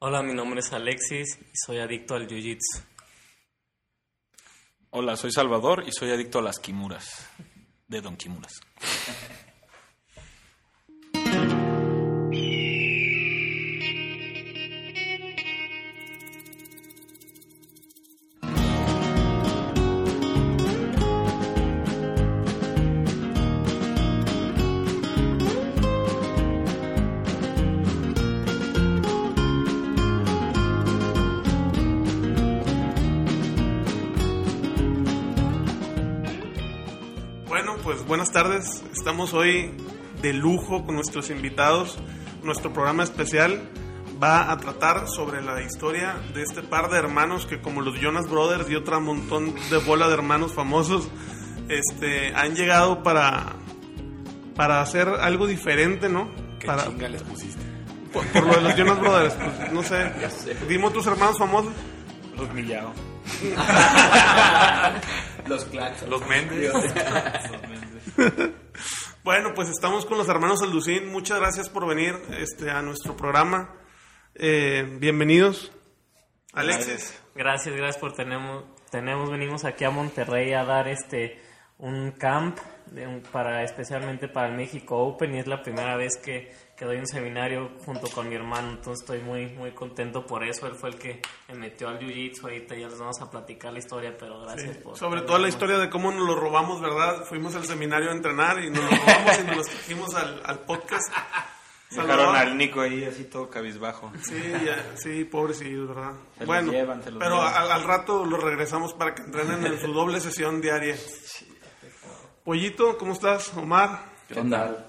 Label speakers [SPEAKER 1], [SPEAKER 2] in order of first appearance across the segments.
[SPEAKER 1] Hola, mi nombre es Alexis y soy adicto al Jiu-Jitsu.
[SPEAKER 2] Hola, soy Salvador y soy adicto a las Kimuras, de Don Kimuras.
[SPEAKER 3] Bueno, pues buenas tardes. Estamos hoy de lujo con nuestros invitados. Nuestro programa especial va a tratar sobre la historia de este par de hermanos que como los Jonas Brothers y otra montón de bola de hermanos famosos, este, han llegado para, para hacer algo diferente, ¿no?
[SPEAKER 4] ¿Qué
[SPEAKER 3] Para,
[SPEAKER 4] chinga les pusiste?
[SPEAKER 3] por, por lo de los Jonas Brothers, pues, no sé. Dimos tus hermanos famosos.
[SPEAKER 2] Los Millao.
[SPEAKER 4] Los clacks.
[SPEAKER 2] Los Méndez.
[SPEAKER 3] Bueno, pues estamos con los hermanos Alducín. Muchas gracias por venir este, a nuestro programa. Eh, bienvenidos. Alexis.
[SPEAKER 1] Gracias, gracias por tenemos, tenemos, venimos aquí a Monterrey a dar este un camp de un- para especialmente para el México Open y es la primera vez que, que doy un seminario junto con mi hermano, entonces estoy muy muy contento por eso. Él fue el que me metió al jiu-jitsu. Ahorita ya les vamos a platicar la historia, pero gracias por
[SPEAKER 3] eh, Sobre todo la historia de cómo nos lo robamos, ¿verdad? Fuimos al seminario a entrenar y nos lo robamos y nos lo trajimos al, al podcast.
[SPEAKER 2] Dejaron
[SPEAKER 3] Salvador.
[SPEAKER 2] al Nico ahí así todo cabizbajo.
[SPEAKER 3] Sí, ya, sí, pobrecillos, ¿verdad?
[SPEAKER 2] Se los
[SPEAKER 3] bueno,
[SPEAKER 2] llevan, se los
[SPEAKER 3] pero
[SPEAKER 2] llevan.
[SPEAKER 3] al, al rato lo regresamos para que entrenen en su doble sesión diaria. Pollito, ¿cómo estás? Omar,
[SPEAKER 4] ¿Qué onda?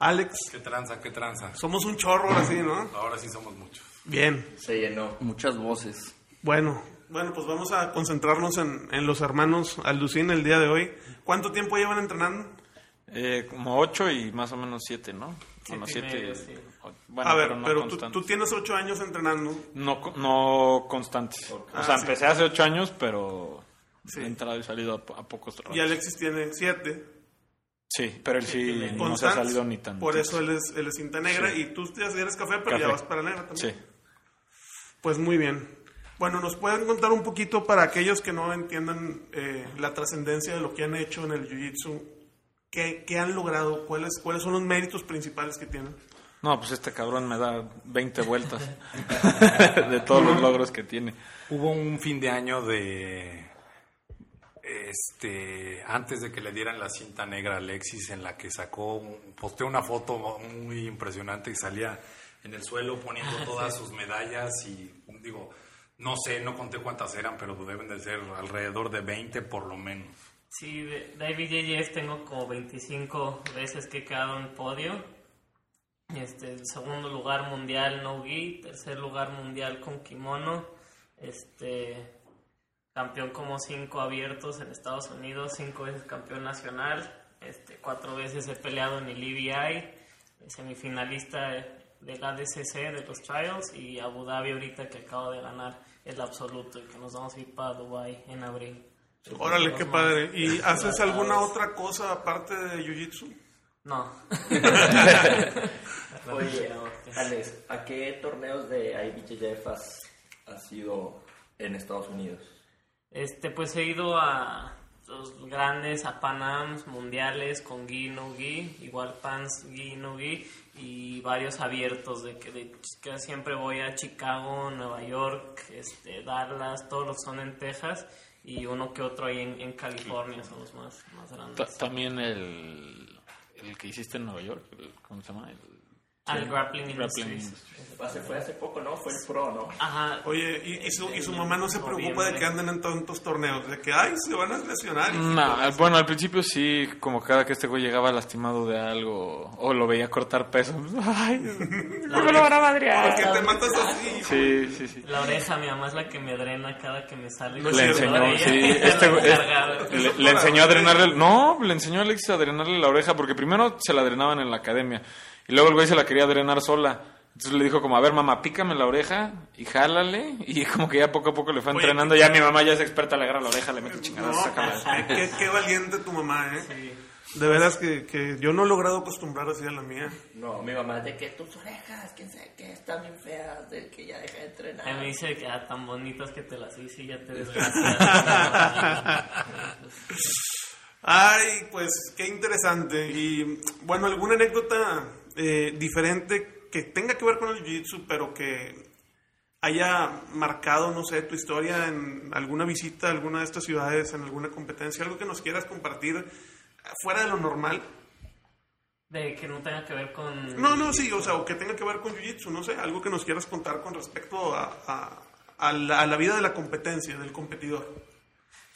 [SPEAKER 3] Alex.
[SPEAKER 5] ¿Qué tranza? ¿Qué tranza?
[SPEAKER 3] Somos un chorro ahora sí, ¿no?
[SPEAKER 5] Ahora sí somos muchos.
[SPEAKER 3] Bien.
[SPEAKER 4] Se llenó. Muchas voces.
[SPEAKER 3] Bueno, bueno, pues vamos a concentrarnos en, en los hermanos Alducín el día de hoy. ¿Cuánto tiempo llevan entrenando?
[SPEAKER 2] Eh, como ocho y más o menos siete, ¿no? Bueno,
[SPEAKER 1] Siete y
[SPEAKER 2] siete.
[SPEAKER 1] medio, sí.
[SPEAKER 2] o- bueno,
[SPEAKER 3] a ver,
[SPEAKER 2] no
[SPEAKER 3] pero, tú- tú,
[SPEAKER 2] constantes.
[SPEAKER 3] tienes ocho años entrenando.
[SPEAKER 2] No, co- no constantes. O sea,
[SPEAKER 3] Ah, sí.
[SPEAKER 2] empecé hace ocho años, pero
[SPEAKER 3] Sí.
[SPEAKER 2] he entrado y salido a, po- a pocos trabajos.
[SPEAKER 3] Y Alexis tiene siete.
[SPEAKER 2] Sí, pero él sí no se ha
[SPEAKER 3] Constance,
[SPEAKER 2] salido ni tanto.
[SPEAKER 3] Por eso él es, él es cinta negra.
[SPEAKER 2] Sí.
[SPEAKER 3] Y tú ya eres café, pero ya
[SPEAKER 2] Café.
[SPEAKER 3] vas para negra
[SPEAKER 2] Sí.
[SPEAKER 3] también. Pues muy bien. Bueno, ¿nos pueden contar un poquito para aquellos que no entiendan eh, la trascendencia de lo que han hecho en el Jiu-Jitsu? ¿Qué, qué han logrado? ¿Cuáles, ¿Cuáles son los méritos principales que tienen?
[SPEAKER 2] No, pues este cabrón me da 20 vueltas de todos los logros que tiene.
[SPEAKER 5] Hubo un fin de año de. Este. Antes de que le dieran la cinta negra a Alexis, en la que sacó. un- Posteó una foto muy impresionante y salía en el suelo poniendo todas sus medallas y. Digo, no sé, no conté cuántas eran, pero deben de ser alrededor de 20 por lo menos.
[SPEAKER 1] Sí, de, de IBJJF tengo como 25 veces que he quedado en podio. Este, el segundo lugar mundial no gi, tercer lugar mundial con kimono, este, campeón como cinco abiertos en Estados Unidos, cinco veces campeón nacional, este, cuatro veces he peleado en el E EBI, semifinalista de la DCC de los Trials y Abu Dhabi ahorita que acabo de ganar el absoluto y que nos vamos a ir para Dubai en abril.
[SPEAKER 3] Órale,
[SPEAKER 1] Los
[SPEAKER 3] qué
[SPEAKER 1] más
[SPEAKER 3] padre. ¿Y haces
[SPEAKER 1] tratados.
[SPEAKER 3] alguna otra cosa aparte de Jiu-Jitsu?
[SPEAKER 1] No.
[SPEAKER 6] Oye, Alex, ¿a qué torneos de IBJJF has, has ido en Estados Unidos?
[SPEAKER 1] Este, pues he ido a los grandes, a Panams mundiales con Gui, no Gui, igual Pans, Gui, no Gui, y varios abiertos de que, de que siempre voy a Chicago, Nueva York, este, Dallas, todos los que son en Texas y uno que otro ahí en, en California, son los más, más
[SPEAKER 2] Ta-
[SPEAKER 1] grandes.
[SPEAKER 2] también el, el que hiciste en Nueva York, el- ¿cómo se llama? El-
[SPEAKER 1] Al grappling,
[SPEAKER 2] Grappling
[SPEAKER 1] Industries.
[SPEAKER 6] Hace, fue hace poco, ¿no? Fue el pro, ¿no?
[SPEAKER 1] Ajá.
[SPEAKER 3] Oye, y, y su, y su mamá no se preocupa de que anden en tantos torneos, de que, ay, se van a lesionar. hijito.
[SPEAKER 2] No, bueno, al principio sí, como cada que este güey llegaba lastimado de algo o lo veía cortar peso. pues, Ay, ¿por qué lo van a madrear?
[SPEAKER 3] Porque te matas así. hijo.
[SPEAKER 2] Sí, sí, sí.
[SPEAKER 1] La oreja, mi mamá es la que me drena cada que me sale.
[SPEAKER 3] No es
[SPEAKER 2] Le
[SPEAKER 3] cierto,
[SPEAKER 2] enseñó,
[SPEAKER 1] Ella-
[SPEAKER 2] sí,
[SPEAKER 1] ella
[SPEAKER 2] este
[SPEAKER 1] la
[SPEAKER 2] güey-
[SPEAKER 1] encargada.
[SPEAKER 2] le, le enseñó a drenarle, no, le enseñó a Alexis a drenarle la oreja, porque primero se la drenaban en la academia, y luego el güey se la quería drenar sola, entonces le dijo como, a ver mamá, pícame la oreja, y jálale, y como que ya poco a poco le fue
[SPEAKER 3] Oye,
[SPEAKER 2] entrenando, ya mi mamá ya es experta, le agarra la oreja, le mete
[SPEAKER 3] No,
[SPEAKER 2] chingadas, saca la-
[SPEAKER 3] qué, qué- qué valiente tu mamá, ¿eh?
[SPEAKER 1] Sí.
[SPEAKER 3] De veras que, que yo no he logrado acostumbrar así a la mía.
[SPEAKER 6] No, mi mamá es de que tus orejas, quién sabe qué, están bien feas, del que ya deja de
[SPEAKER 1] A mí
[SPEAKER 6] entrenar.
[SPEAKER 1] dice que ah, tan bonitas que te las hice y ya te desgracias.
[SPEAKER 3] Ay, pues qué interesante. Y bueno, alguna anécdota eh, diferente que tenga que ver con el jiu-jitsu, pero que haya marcado, no sé, tu historia en alguna visita a alguna de estas ciudades, en alguna competencia, algo que nos quieras compartir fuera de lo normal.
[SPEAKER 1] de que no tenga que ver con...
[SPEAKER 3] No, no, sí, o sea, o que tenga que ver con jiu-jitsu, no sé, algo que nos quieras contar con respecto a, a- a la, a la vida de la competencia, del competidor.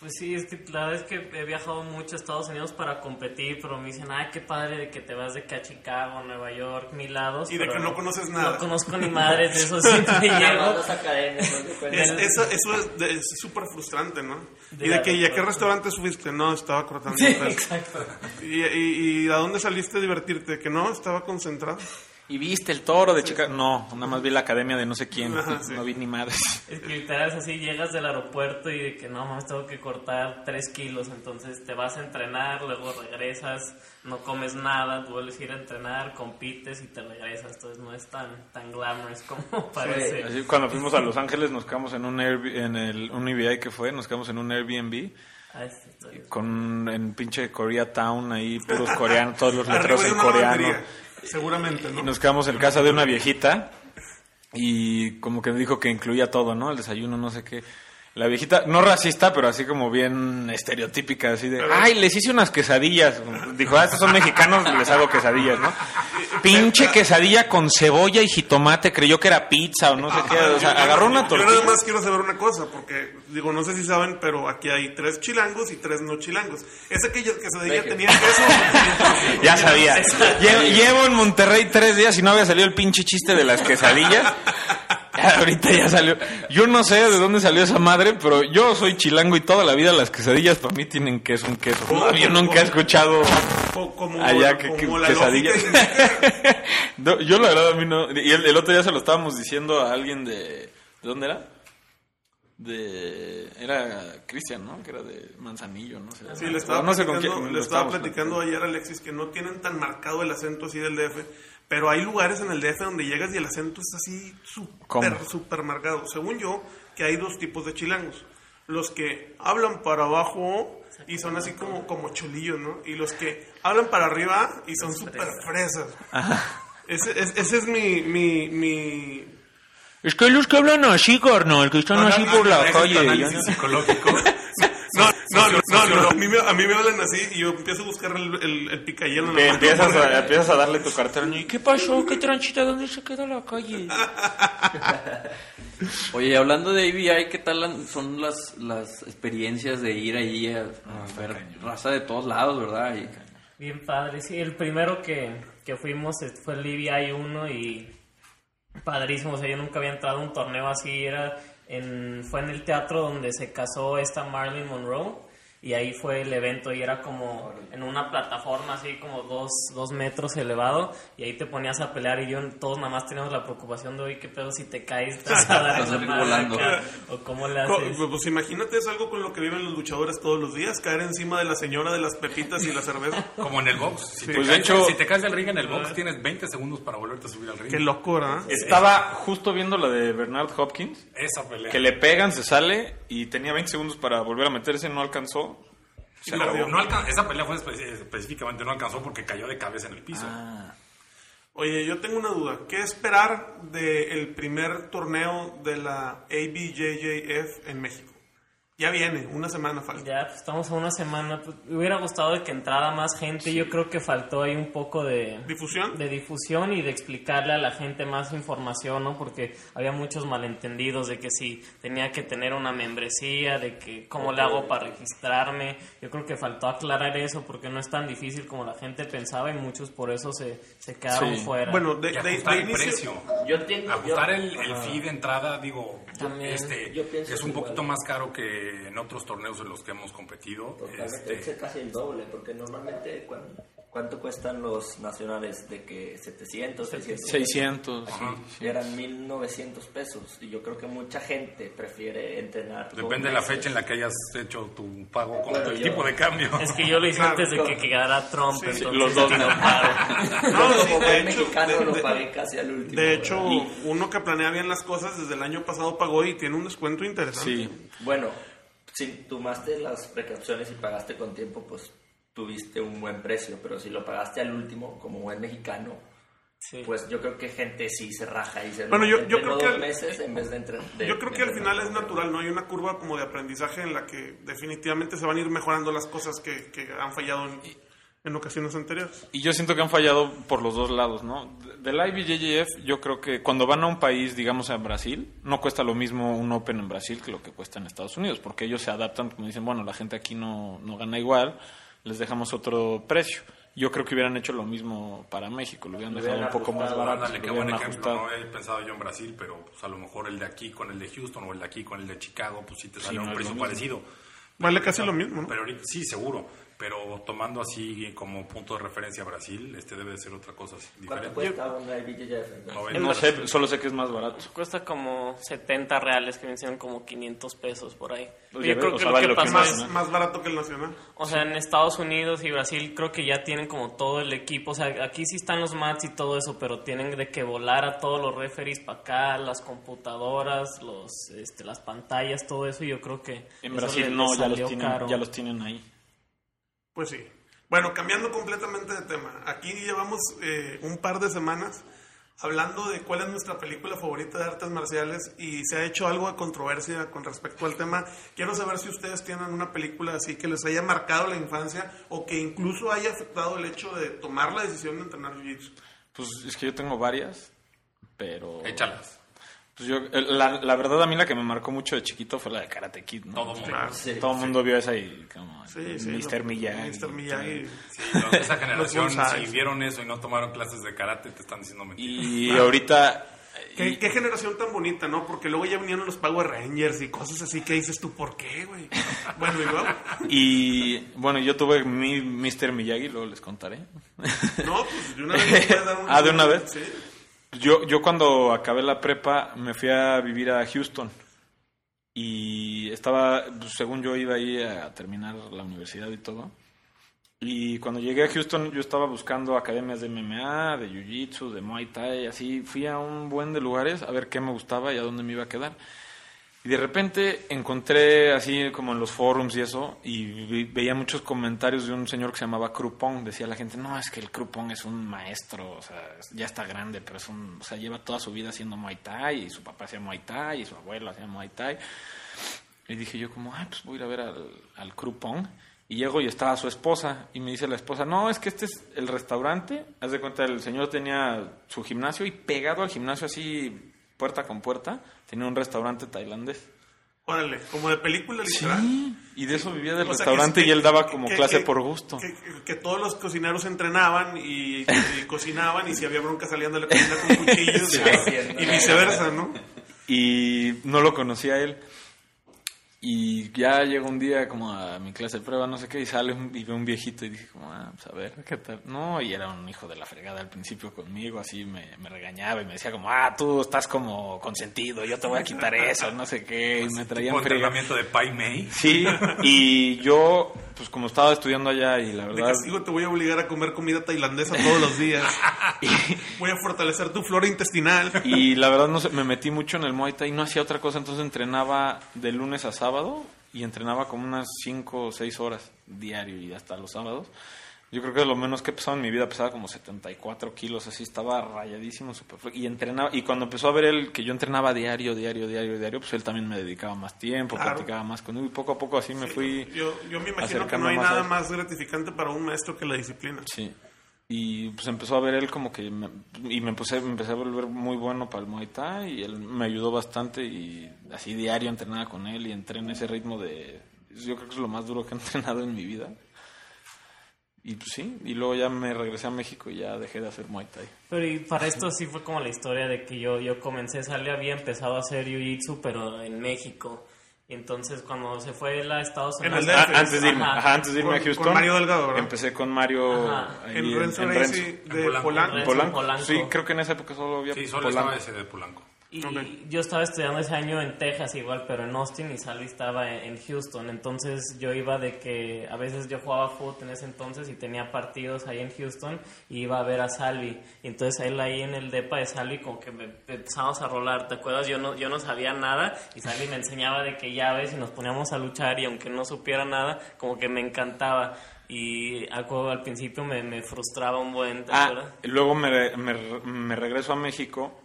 [SPEAKER 1] Pues sí, es que la verdad es que he viajado mucho a Estados Unidos para competir, pero me dicen, ay, qué padre de que te vas de que a Chicago, Nueva York, mil lados.
[SPEAKER 3] Y de
[SPEAKER 1] pero
[SPEAKER 3] que no conoces nada.
[SPEAKER 1] No conozco ni madres de eso, siempre
[SPEAKER 6] Llevando
[SPEAKER 1] llego.
[SPEAKER 6] las academias, ¿no? ¿Te acuerdas?
[SPEAKER 3] Es- eso eso es de- es súper frustrante, ¿no?
[SPEAKER 1] De
[SPEAKER 3] y de
[SPEAKER 1] la-
[SPEAKER 3] que, ¿y a qué restaurante fuiste? No, estaba cortando.
[SPEAKER 1] Sí,
[SPEAKER 3] tal.
[SPEAKER 1] exacto.
[SPEAKER 3] y, y- y a dónde saliste a divertirte? Que no, estaba concentrado.
[SPEAKER 2] ¿Y viste el toro de Chicago? No, nada más vi la academia de no sé quién.
[SPEAKER 3] Ajá, sí.
[SPEAKER 2] No vi ni madres.
[SPEAKER 1] Es que literal es así, llegas del aeropuerto y de que no, más tengo que cortar 3 kilos, entonces te vas a entrenar, luego regresas, no comes nada, vuelves a ir a entrenar, compites y te regresas, entonces no es tan, tan glamorous como parece.
[SPEAKER 2] Así, cuando fuimos a Los Ángeles nos quedamos en un Airb- en el un EBI que fue, nos quedamos en un Airbnb
[SPEAKER 1] Ay, sí, estoy-
[SPEAKER 2] con en pinche Koreatown ahí puros coreanos, todos los letreros
[SPEAKER 3] Arriba de
[SPEAKER 2] en
[SPEAKER 3] una
[SPEAKER 2] coreano.
[SPEAKER 3] lavandería, seguramente,
[SPEAKER 2] Y
[SPEAKER 3] ¿no?
[SPEAKER 2] nos quedamos en casa de una viejita y como que dijo que incluía todo, ¿no? El desayuno, no sé qué. La viejita, no racista, pero así como bien estereotípica, así de, ay, les hice unas quesadillas. Dijo, ah, estos son mexicanos, les hago quesadillas, ¿no? Pinche quesadilla con cebolla y jitomate, creyó que era pizza o no sé qué. O sea, agarró una
[SPEAKER 3] Yo
[SPEAKER 2] tortilla.
[SPEAKER 3] nada más quiero saber una cosa, porque digo, no sé si saben, pero aquí hay tres chilangos y tres no chilangos. Ese que, yo- que se diga
[SPEAKER 6] Deje.
[SPEAKER 3] tenía queso.
[SPEAKER 2] Ya sabía. Llevo, llevo en Monterrey tres días y no había salido el pinche chiste de las quesadillas. Ahorita ya salió. Yo no sé de dónde salió esa madre, pero yo soy chilango y toda la vida las quesadillas para mí tienen queso, un queso. No, yo nunca he escuchado
[SPEAKER 3] co- como
[SPEAKER 2] allá que,
[SPEAKER 3] como
[SPEAKER 2] que-
[SPEAKER 3] la
[SPEAKER 2] quesadillas.
[SPEAKER 3] lógica indica.
[SPEAKER 2] No, yo la verdad a mí no. Y el, el otro día se lo estábamos diciendo a alguien de. ¿De dónde era? De. Era Cristian, ¿no? Que era de Manzanillo, no sé.
[SPEAKER 3] Sí, le estaba,
[SPEAKER 2] No sé con
[SPEAKER 3] platicando,
[SPEAKER 2] quién-
[SPEAKER 3] le
[SPEAKER 2] lo
[SPEAKER 3] estaba
[SPEAKER 2] estábamos
[SPEAKER 3] platicando ayer a Alexis que no tienen tan marcado el acento así del DF, pero hay lugares en el DF donde llegas y el acento es así súper,
[SPEAKER 2] ¿Cómo?
[SPEAKER 3] súper marcado. Según yo, que hay dos tipos de chilangos. Los que hablan para abajo y son así como, como chulillos, ¿no? Y los que hablan para arriba y son súper fresas. Ese, es- ese es mi... mi, mi
[SPEAKER 2] Es que los que hablan así, carnal, que están así por la
[SPEAKER 3] ese
[SPEAKER 2] calle.
[SPEAKER 3] canal
[SPEAKER 2] yo
[SPEAKER 3] sí
[SPEAKER 2] no-
[SPEAKER 3] psicológico. No, no, no, no, no, A, mí me, a mí me hablan así y yo empiezo a buscar el, el, el picayelo. en la
[SPEAKER 2] Que
[SPEAKER 3] mano.
[SPEAKER 2] empiezas a, empiezas a darle tu cartera ¿Y qué pasó? ¿Qué tranchita? ¿Dónde se queda la calle?
[SPEAKER 4] Oye, y hablando de ABI, ¿qué tal han- son las, las experiencias de ir allí a,
[SPEAKER 2] Ah,
[SPEAKER 4] a ver raza de todos lados, verdad? Y-
[SPEAKER 1] Bien padre, sí, el primero que, que fuimos eh, fue el IBI 1 y padrísimo, o sea, yo nunca había entrado a un torneo así, era en, fue en el teatro donde se casó esta Marilyn Monroe y ahí fue el evento y era como en una plataforma así como dos, dos metros elevado y ahí te ponías a pelear y yo todos nada más teníamos la preocupación de hoy qué pedo si te caes, te vas a dar en la
[SPEAKER 4] Vas a ir
[SPEAKER 1] madre
[SPEAKER 4] volando.
[SPEAKER 1] acá, o cómo le
[SPEAKER 3] Co-
[SPEAKER 1] haces.
[SPEAKER 3] Pues imagínate, es algo con lo que viven los luchadores todos los días, caer encima de la señora de las pepitas y la cerveza.
[SPEAKER 5] Como en el box. Si, te
[SPEAKER 2] Pues, de
[SPEAKER 5] caes,
[SPEAKER 2] hecho- ah.
[SPEAKER 5] si te caes del ring en el box, tienes 20 segundos para volverte a subir al ring.
[SPEAKER 3] Qué loco, ¿verdad?
[SPEAKER 2] Estaba justo viendo la de Bernard Hopkins,
[SPEAKER 5] Esa pelea.
[SPEAKER 2] que le pegan, se sale y tenía 20 segundos para volver a meterse, no alcanzó.
[SPEAKER 3] Pues
[SPEAKER 2] Se
[SPEAKER 5] Pero
[SPEAKER 2] acabó.
[SPEAKER 5] no alcan- esa pelea fue espe- específicamente, no alcanzó porque cayó de cabeza en el piso.
[SPEAKER 3] Oye, yo tengo una duda. ¿Qué esperar del primer torneo de la ABJJF en México? Ya viene, una semana falta.
[SPEAKER 1] Ya, pues, estamos a una semana. pues, me hubiera gustado de que entrara más gente. Yo creo que faltó ahí un poco de,
[SPEAKER 3] ¿Difusión?
[SPEAKER 1] de difusión y de explicarle a la gente más información, ¿no? Porque había muchos malentendidos de que si tenía que tener una membresía, de que cómo le hago para registrarme. Yo creo que faltó aclarar eso porque no es tan difícil como la gente pensaba y muchos por eso se, se quedaron
[SPEAKER 2] Sí.
[SPEAKER 1] fuera.
[SPEAKER 3] Bueno, de,
[SPEAKER 5] Y
[SPEAKER 3] de- de
[SPEAKER 5] ajustar el
[SPEAKER 3] inicio-
[SPEAKER 5] precio.
[SPEAKER 6] Yo entiendo.
[SPEAKER 5] Ajustar
[SPEAKER 6] yo-
[SPEAKER 5] el, el fee de entrada, digo,
[SPEAKER 1] También,
[SPEAKER 5] este,
[SPEAKER 6] yo pienso
[SPEAKER 5] es un
[SPEAKER 6] que
[SPEAKER 5] poquito
[SPEAKER 6] igual.
[SPEAKER 5] más caro que en otros torneos en los que hemos competido.
[SPEAKER 6] Totalmente,
[SPEAKER 5] Este,
[SPEAKER 6] es casi el doble, porque normalmente cuando ¿Cuánto cuestan los nacionales? De que 700, 600.
[SPEAKER 2] 600.
[SPEAKER 5] Ajá.
[SPEAKER 6] Y eran 1900 pesos. Y yo creo que mucha gente prefiere entrenar. dos
[SPEAKER 5] Depende de la
[SPEAKER 6] meses.
[SPEAKER 5] fecha en la que hayas hecho tu pago con
[SPEAKER 6] Bueno,
[SPEAKER 5] el
[SPEAKER 6] yo-
[SPEAKER 5] tipo de cambio.
[SPEAKER 1] Es que yo lo hice
[SPEAKER 3] Claro,
[SPEAKER 1] antes de
[SPEAKER 6] claro.
[SPEAKER 1] que quedara Trump.
[SPEAKER 3] Sí, sí,
[SPEAKER 1] entonces
[SPEAKER 2] los dos,
[SPEAKER 1] yo
[SPEAKER 2] ¿no?
[SPEAKER 1] no paro.
[SPEAKER 3] No,
[SPEAKER 6] Yo
[SPEAKER 3] sí,
[SPEAKER 6] como
[SPEAKER 3] de
[SPEAKER 6] buen
[SPEAKER 3] hecho,
[SPEAKER 6] mexicano
[SPEAKER 3] de-
[SPEAKER 6] lo
[SPEAKER 3] de-
[SPEAKER 6] pagué casi al último.
[SPEAKER 3] De hecho,
[SPEAKER 6] Y,
[SPEAKER 3] uno que planea bien las cosas desde el año pasado pagó y tiene un descuento interesante.
[SPEAKER 2] Sí.
[SPEAKER 6] bueno, si tomaste las precauciones y pagaste con tiempo, pues tuviste un buen precio. Pero si lo pagaste al último, como buen mexicano,
[SPEAKER 1] Sí.
[SPEAKER 6] pues yo creo que gente sí se raja y dice,
[SPEAKER 3] Bueno,
[SPEAKER 6] "No,
[SPEAKER 3] yo- yo
[SPEAKER 6] entreno
[SPEAKER 3] creo que
[SPEAKER 6] dos
[SPEAKER 3] al-
[SPEAKER 6] meses en vez de entre- de-
[SPEAKER 3] Yo creo
[SPEAKER 6] de
[SPEAKER 3] que al
[SPEAKER 6] entrenar".
[SPEAKER 3] final es natural, ¿no? Hay una curva como de aprendizaje en la que definitivamente se van a ir mejorando las cosas que, que han fallado en, en ocasiones anteriores.
[SPEAKER 2] Y yo siento que han fallado por los dos lados, ¿no? Del IBJJF, yo creo que cuando van a un país, digamos a Brasil, no cuesta lo mismo un Open en Brasil que lo que cuesta en Estados Unidos, porque ellos se adaptan, como dicen, bueno, la gente aquí no, no gana igual, les dejamos otro precio. Yo creo que hubieran hecho lo mismo para México, lo hubieran
[SPEAKER 6] Lo
[SPEAKER 2] dejado un
[SPEAKER 6] hubieran
[SPEAKER 2] poco más
[SPEAKER 6] ajustado,
[SPEAKER 2] barato,
[SPEAKER 5] Ándale,
[SPEAKER 2] lo
[SPEAKER 5] qué buen
[SPEAKER 2] hubieran
[SPEAKER 5] ejemplo.
[SPEAKER 2] ajustado.
[SPEAKER 5] No he pensado yo en Brasil, pero pues, a lo mejor el de aquí con el de Houston o el de aquí con el de Chicago, pues sí te sale
[SPEAKER 2] no
[SPEAKER 5] un
[SPEAKER 2] es lo
[SPEAKER 5] precio
[SPEAKER 2] mismo.
[SPEAKER 5] parecido.
[SPEAKER 3] Vale casi lo mismo, ¿no?
[SPEAKER 5] Pero ahorita, sí, seguro. Pero tomando así como punto de referencia Brasil, este debe de ser otra cosa así,
[SPEAKER 6] ¿Cuánto
[SPEAKER 5] diferente.
[SPEAKER 6] cuesta una IBJJF? entonces?
[SPEAKER 5] No,
[SPEAKER 2] No sé, solo sé que es más barato.
[SPEAKER 1] Cuesta como 70 reales, que vencieron como 500 pesos por ahí.
[SPEAKER 2] Pues ya
[SPEAKER 1] yo
[SPEAKER 2] ves,
[SPEAKER 1] creo
[SPEAKER 2] o
[SPEAKER 1] que
[SPEAKER 2] sea,
[SPEAKER 1] lo
[SPEAKER 2] vale
[SPEAKER 1] que
[SPEAKER 2] lo que
[SPEAKER 1] pasó
[SPEAKER 3] Más,
[SPEAKER 1] es,
[SPEAKER 3] más barato que el nacional.
[SPEAKER 1] o sea, en Estados Unidos y Brasil creo que ya tienen como todo el equipo. O sea, aquí sí están los mats y todo eso, pero tienen de que volar a todos los referees para acá, las computadoras, los, este, las pantallas, todo eso. y Yo creo que eso
[SPEAKER 2] En Brasil
[SPEAKER 1] le- le
[SPEAKER 2] no, ya los,
[SPEAKER 1] salió
[SPEAKER 2] tienen,
[SPEAKER 1] caro.
[SPEAKER 2] ya los tienen ahí.
[SPEAKER 3] Pues sí. Bueno, cambiando completamente de tema. Aquí llevamos eh, un par de semanas hablando de cuál es nuestra película favorita de artes marciales y se ha hecho algo de controversia con respecto al tema. Quiero saber si ustedes tienen una película así que les haya marcado la infancia o que incluso haya afectado el hecho de tomar la decisión de entrenar jiu-jitsu.
[SPEAKER 2] Pues es que yo tengo varias, pero...
[SPEAKER 5] Échalas.
[SPEAKER 2] Pues yo, el- la, la verdad a mí la que me marcó mucho de chiquito fue la de Karate Kid, ¿no?
[SPEAKER 5] Todo mundo.
[SPEAKER 6] Sí.
[SPEAKER 2] Todo el mundo vio esa y como
[SPEAKER 3] Sí, sí.
[SPEAKER 2] Mr.
[SPEAKER 3] lo-
[SPEAKER 2] Miyagi.
[SPEAKER 3] Mr. Miyagi.
[SPEAKER 5] Sí, los de esa generación,
[SPEAKER 3] Los bonsais.
[SPEAKER 5] si vieron eso y no tomaron clases de karate, te están diciendo mentiras.
[SPEAKER 2] Y ahorita...
[SPEAKER 3] Ah. ¿Qué, qué generación tan bonita, ¿no? Porque luego ya vinieron los Power Rangers y cosas así que dices tú, ¿por qué, güey? Bueno, y luego...
[SPEAKER 2] Y bueno, yo tuve mi Mr. Miyagi, luego les contaré.
[SPEAKER 3] No, pues de una vez nos puedes dar un-
[SPEAKER 2] Ah, ¿de una vez?
[SPEAKER 3] Sí.
[SPEAKER 2] Yo, yo cuando acabé la prepa me fui a vivir a Houston y estaba, pues, según yo iba ahí a terminar la universidad y todo. Y cuando llegué a Houston yo estaba buscando academias de MMA, de Jiu Jitsu, de Muay Thai, así fui a un buen de lugares a ver qué me gustaba y a dónde me iba a quedar. Y de repente encontré así como en los forums y eso, y vi- veía muchos comentarios de un señor que se llamaba Krupong. Decía la gente, no, es que el Krupong es un maestro, o sea, es- ya está grande, pero es un, o sea, lleva toda su vida haciendo Muay Thai, y su papá hacía Muay Thai, y su abuelo hacía Muay Thai. Y dije yo como, ay, pues voy a ir a ver al, al Krupong. Y llego y estaba su esposa. Y me dice la esposa, no, es que este es el restaurante. Haz de cuenta, el señor tenía su gimnasio y pegado al gimnasio así, puerta con puerta, tenía un restaurante tailandés.
[SPEAKER 3] Órale, como de película literal.
[SPEAKER 2] Y de eso vivía del
[SPEAKER 3] O sea,
[SPEAKER 2] restaurante
[SPEAKER 3] que-
[SPEAKER 2] y él daba
[SPEAKER 3] que-
[SPEAKER 2] como
[SPEAKER 3] que-
[SPEAKER 2] clase
[SPEAKER 3] que-
[SPEAKER 2] por gusto.
[SPEAKER 3] Que, que- que todos los cocineros entrenaban y, y cocinaban y si había bronca salían de la cocina con cuchillos
[SPEAKER 6] Sí.
[SPEAKER 3] y, y viceversa, ¿no?
[SPEAKER 2] Y no lo conocía él. Y ya llega un día como a mi clase de prueba, no sé qué, y sale un- y ve un viejito y dije como, ah, pues a ver, ¿qué tal? No, y era un hijo de la fregada al principio conmigo, así me, me regañaba y me decía como, ah, tú estás como consentido, yo te voy a quitar eso, no sé qué,
[SPEAKER 3] Pues,
[SPEAKER 2] y me traía
[SPEAKER 5] Tipo
[SPEAKER 2] en friega.
[SPEAKER 5] entrenamiento de Pai Mei.
[SPEAKER 2] Sí, y yo, pues como estaba estudiando allá y la
[SPEAKER 3] De
[SPEAKER 2] verdad...
[SPEAKER 3] castigo te voy a obligar a comer comida tailandesa todos los días. Voy a fortalecer tu flora intestinal.
[SPEAKER 2] Y la verdad no sé, me metí mucho en el Muay Thai, no hacía otra cosa, entonces entrenaba de lunes a sábado y entrenaba como unas 5 o 6 horas diario y hasta los sábados. Yo creo que lo menos que pesaba en mi vida pesaba como 74 kilos, así estaba rayadísimo, super Y entrenaba, y cuando empezó a ver él que yo entrenaba diario, diario, diario, diario, pues él también me dedicaba más tiempo,
[SPEAKER 3] Claro.
[SPEAKER 2] platicaba más conmigo y poco a poco así me fui.
[SPEAKER 3] Yo, yo me imagino que
[SPEAKER 2] acercando
[SPEAKER 3] no hay
[SPEAKER 2] más a
[SPEAKER 3] nada
[SPEAKER 2] eso.
[SPEAKER 3] más gratificante para un maestro que la disciplina.
[SPEAKER 2] Sí. Y pues empezó a ver él como que... me- y me, puse, me empecé a volver muy bueno para el Muay Thai y él me ayudó bastante y así diario entrenaba con él y entré en ese ritmo de... Yo creo que es lo más duro que he entrenado en mi vida. Y pues sí, y luego ya me regresé a México y ya dejé de hacer Muay Thai.
[SPEAKER 1] Pero y para esto sí fue como la historia de que yo, yo comencé, Sally había empezado a hacer Jiu-Jitsu, pero en México. Y entonces cuando se fue él a Estados
[SPEAKER 3] En
[SPEAKER 1] Unidos...
[SPEAKER 3] el DF.
[SPEAKER 2] Ah, antes de irme,
[SPEAKER 1] Ajá.
[SPEAKER 2] ajá, antes de irme
[SPEAKER 3] Con-
[SPEAKER 2] a Houston.
[SPEAKER 3] con Mario Delgado, ¿verdad?
[SPEAKER 2] Empecé con Mario
[SPEAKER 1] Ajá.
[SPEAKER 2] ahí
[SPEAKER 3] En Renzo
[SPEAKER 2] en
[SPEAKER 3] Reisi
[SPEAKER 2] Renzo.
[SPEAKER 3] de
[SPEAKER 5] Polanco.
[SPEAKER 3] Polanco.
[SPEAKER 1] Renzo.
[SPEAKER 2] Polanco.
[SPEAKER 1] Polanco.
[SPEAKER 2] Sí, creo que en esa época solo había
[SPEAKER 5] Sí, solo
[SPEAKER 2] Polanco.
[SPEAKER 5] estaba ese de Polanco.
[SPEAKER 1] Y
[SPEAKER 3] Ok.
[SPEAKER 1] yo estaba estudiando ese año en Texas igual, pero en Austin y Salvi estaba en en Houston. Entonces yo iba de que a veces yo jugaba fútbol en ese entonces y tenía partidos ahí en Houston y iba a ver a Salvi. Y entonces él ahí en el depa de Salvi como que me- empezamos a rolar, ¿te acuerdas? Yo no, yo no sabía nada y Salvi me enseñaba de que llaves y nos poníamos a luchar y aunque no supiera nada, como que me encantaba. Y acu- al principio me, me frustraba un buen, ¿te acuerdas?
[SPEAKER 2] Ah, luego me, me, me regreso a México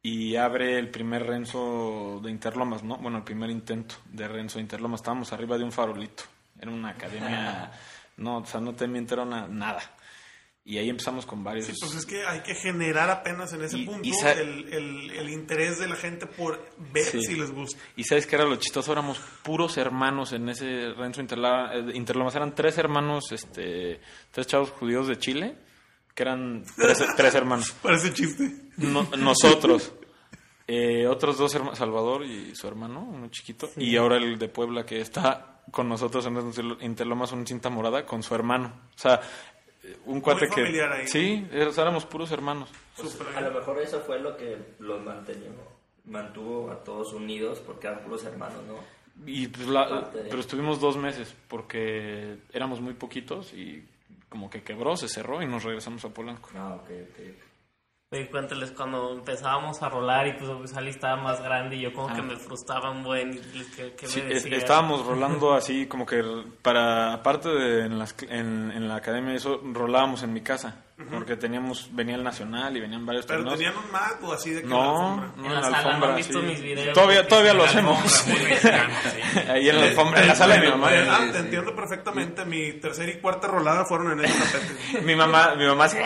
[SPEAKER 2] y abre el primer Renzo de Interlomas, ¿no? Bueno, el primer intento de Renzo de Interlomas. Estábamos arriba de un farolito. Era una academia. no, o sea, no te miento, era una- nada. Y ahí empezamos con varios.
[SPEAKER 3] Sí, pues es que hay que generar apenas en ese
[SPEAKER 2] Y-
[SPEAKER 3] punto
[SPEAKER 2] y sa-
[SPEAKER 3] el, el- el interés de la gente por ver
[SPEAKER 2] Sí.
[SPEAKER 3] si les gusta.
[SPEAKER 2] Y sabes que era lo chistoso, éramos puros hermanos en ese Renzo Interla- eh, Interlomas. Eran tres hermanos, este, tres chavos judíos de Chile, que eran tres, tres hermanos.
[SPEAKER 3] Parece chiste.
[SPEAKER 2] No- nosotros. Eh, otros dos hermanos, Salvador y su hermano, uno chiquito. Y ahora el de Puebla que está con nosotros en Renzo Interlomas, un cinta morada, con su hermano. O sea, eh, un cuate que...
[SPEAKER 3] familiar ahí.
[SPEAKER 2] Sí, era- éramos puros hermanos.
[SPEAKER 3] Súper
[SPEAKER 6] A
[SPEAKER 3] bien.
[SPEAKER 6] lo mejor eso fue lo que los mantenió, mantuvo a todos unidos porque eran puros hermanos, ¿no?
[SPEAKER 2] Y pues
[SPEAKER 3] Ah,
[SPEAKER 2] la-
[SPEAKER 6] Parte de-
[SPEAKER 2] pero estuvimos dos meses porque éramos muy poquitos y como que quebró, se cerró y nos regresamos a Polanco.
[SPEAKER 6] No, Ah, ok, ok.
[SPEAKER 1] Y cuéntales cuando empezábamos a rolar y pues Sally estaba más grande y yo como que me frustraba un buen y que, que
[SPEAKER 2] Ah. Sí,
[SPEAKER 1] me
[SPEAKER 2] es-
[SPEAKER 1] decía.
[SPEAKER 2] estábamos rolando así como que para aparte de en, las cl- en, en la academia eso rolábamos en mi casa porque teníamos venía el nacional y venían varios
[SPEAKER 3] Pero
[SPEAKER 2] torneos.
[SPEAKER 3] tenían un mat o así de que la
[SPEAKER 2] no,
[SPEAKER 3] alfombra.
[SPEAKER 2] no
[SPEAKER 1] En
[SPEAKER 2] en
[SPEAKER 1] la
[SPEAKER 2] la
[SPEAKER 1] sala, ¿no
[SPEAKER 2] alfombra.
[SPEAKER 1] han visto
[SPEAKER 2] sí.
[SPEAKER 1] mis videos?
[SPEAKER 2] Todavía todavía lo
[SPEAKER 5] En la
[SPEAKER 2] hacemos.
[SPEAKER 5] alfombra, muy mexicano, sí.
[SPEAKER 2] Ahí en la alfombra, en la sala de mi mamá.
[SPEAKER 3] Ah,
[SPEAKER 4] Sí,
[SPEAKER 3] te
[SPEAKER 4] sí.
[SPEAKER 3] entiendo perfectamente. Mi tercera y cuarta rolada fueron en ese tapete.
[SPEAKER 2] Mi mamá, mi mamá se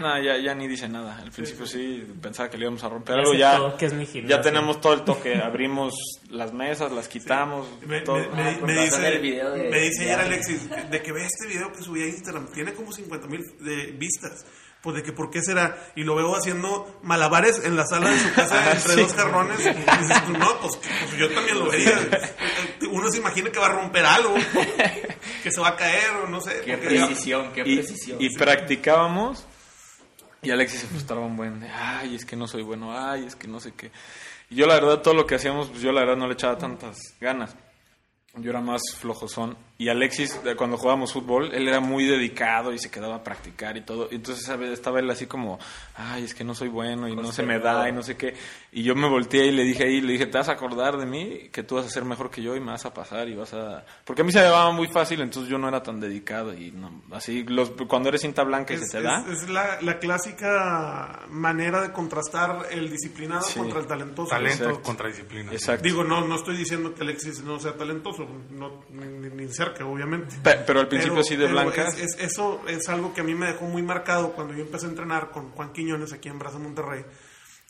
[SPEAKER 2] No, ya, ya ni dice nada. Al principio sí pensaba que le íbamos a romper
[SPEAKER 1] Ya
[SPEAKER 2] algo
[SPEAKER 1] sé
[SPEAKER 2] ya.
[SPEAKER 1] todo, que es mi gimnasio.
[SPEAKER 2] ya tenemos todo el toque. Abrimos las mesas, las quitamos.
[SPEAKER 3] Me,
[SPEAKER 2] todo.
[SPEAKER 3] me- me-
[SPEAKER 6] Ah, con
[SPEAKER 3] me
[SPEAKER 6] razón
[SPEAKER 3] dice,
[SPEAKER 6] el video de-
[SPEAKER 3] me dice
[SPEAKER 6] de
[SPEAKER 3] ayer
[SPEAKER 6] Alex.
[SPEAKER 3] Alexis de que ve este video que subí a Instagram. Tiene como 50 mil de vistas. Pues de que por qué será. Y lo veo haciendo malabares en la sala de su casa
[SPEAKER 2] Ah,
[SPEAKER 3] entre
[SPEAKER 2] sí.
[SPEAKER 3] dos jarrones. Y dices tú, no, pues, pues yo también lo vería. Uno se imagina que va a romper algo, que se va a caer o no sé.
[SPEAKER 6] Qué
[SPEAKER 3] porque-
[SPEAKER 6] precisión, qué
[SPEAKER 2] y,
[SPEAKER 6] precisión.
[SPEAKER 2] y practicábamos. Y Alexis se frustraba un buen de, ay, es que no soy bueno, ay, es que no sé qué. Y yo la verdad, todo lo que hacíamos, pues yo la verdad no le echaba tantas ganas. Yo era más flojosón. Y Alexis, de cuando jugábamos fútbol, él era muy dedicado y se quedaba a practicar y todo. Y Entonces ¿sabe? estaba él así como, ay, es que no soy bueno y no se me da y no sé qué. Y yo me volteé y le dije ahí, le dije, te vas a acordar de mí, que tú vas a ser mejor que yo y me vas a pasar y vas a... Porque a mí se me daba muy fácil, entonces yo no era tan dedicado y no, así, los, cuando eres cinta blanca y
[SPEAKER 3] Es,
[SPEAKER 2] se te
[SPEAKER 3] es-
[SPEAKER 2] da...
[SPEAKER 3] es la, la clásica manera de contrastar el disciplinado
[SPEAKER 2] Sí.
[SPEAKER 3] contra el talentoso.
[SPEAKER 5] Talento
[SPEAKER 2] Exacto.
[SPEAKER 5] contra disciplina.
[SPEAKER 2] Exacto.
[SPEAKER 3] Digo, no, no estoy diciendo que Alexis no sea talentoso, no, ni, ni cerca, obviamente.
[SPEAKER 2] Pe- pero, al principio
[SPEAKER 3] Pero-
[SPEAKER 2] sí de
[SPEAKER 3] pero
[SPEAKER 2] blanca.
[SPEAKER 3] es- es- eso es algo que a mí me dejó muy marcado cuando yo empecé a entrenar con Juan Quiñones aquí en Braza Monterrey,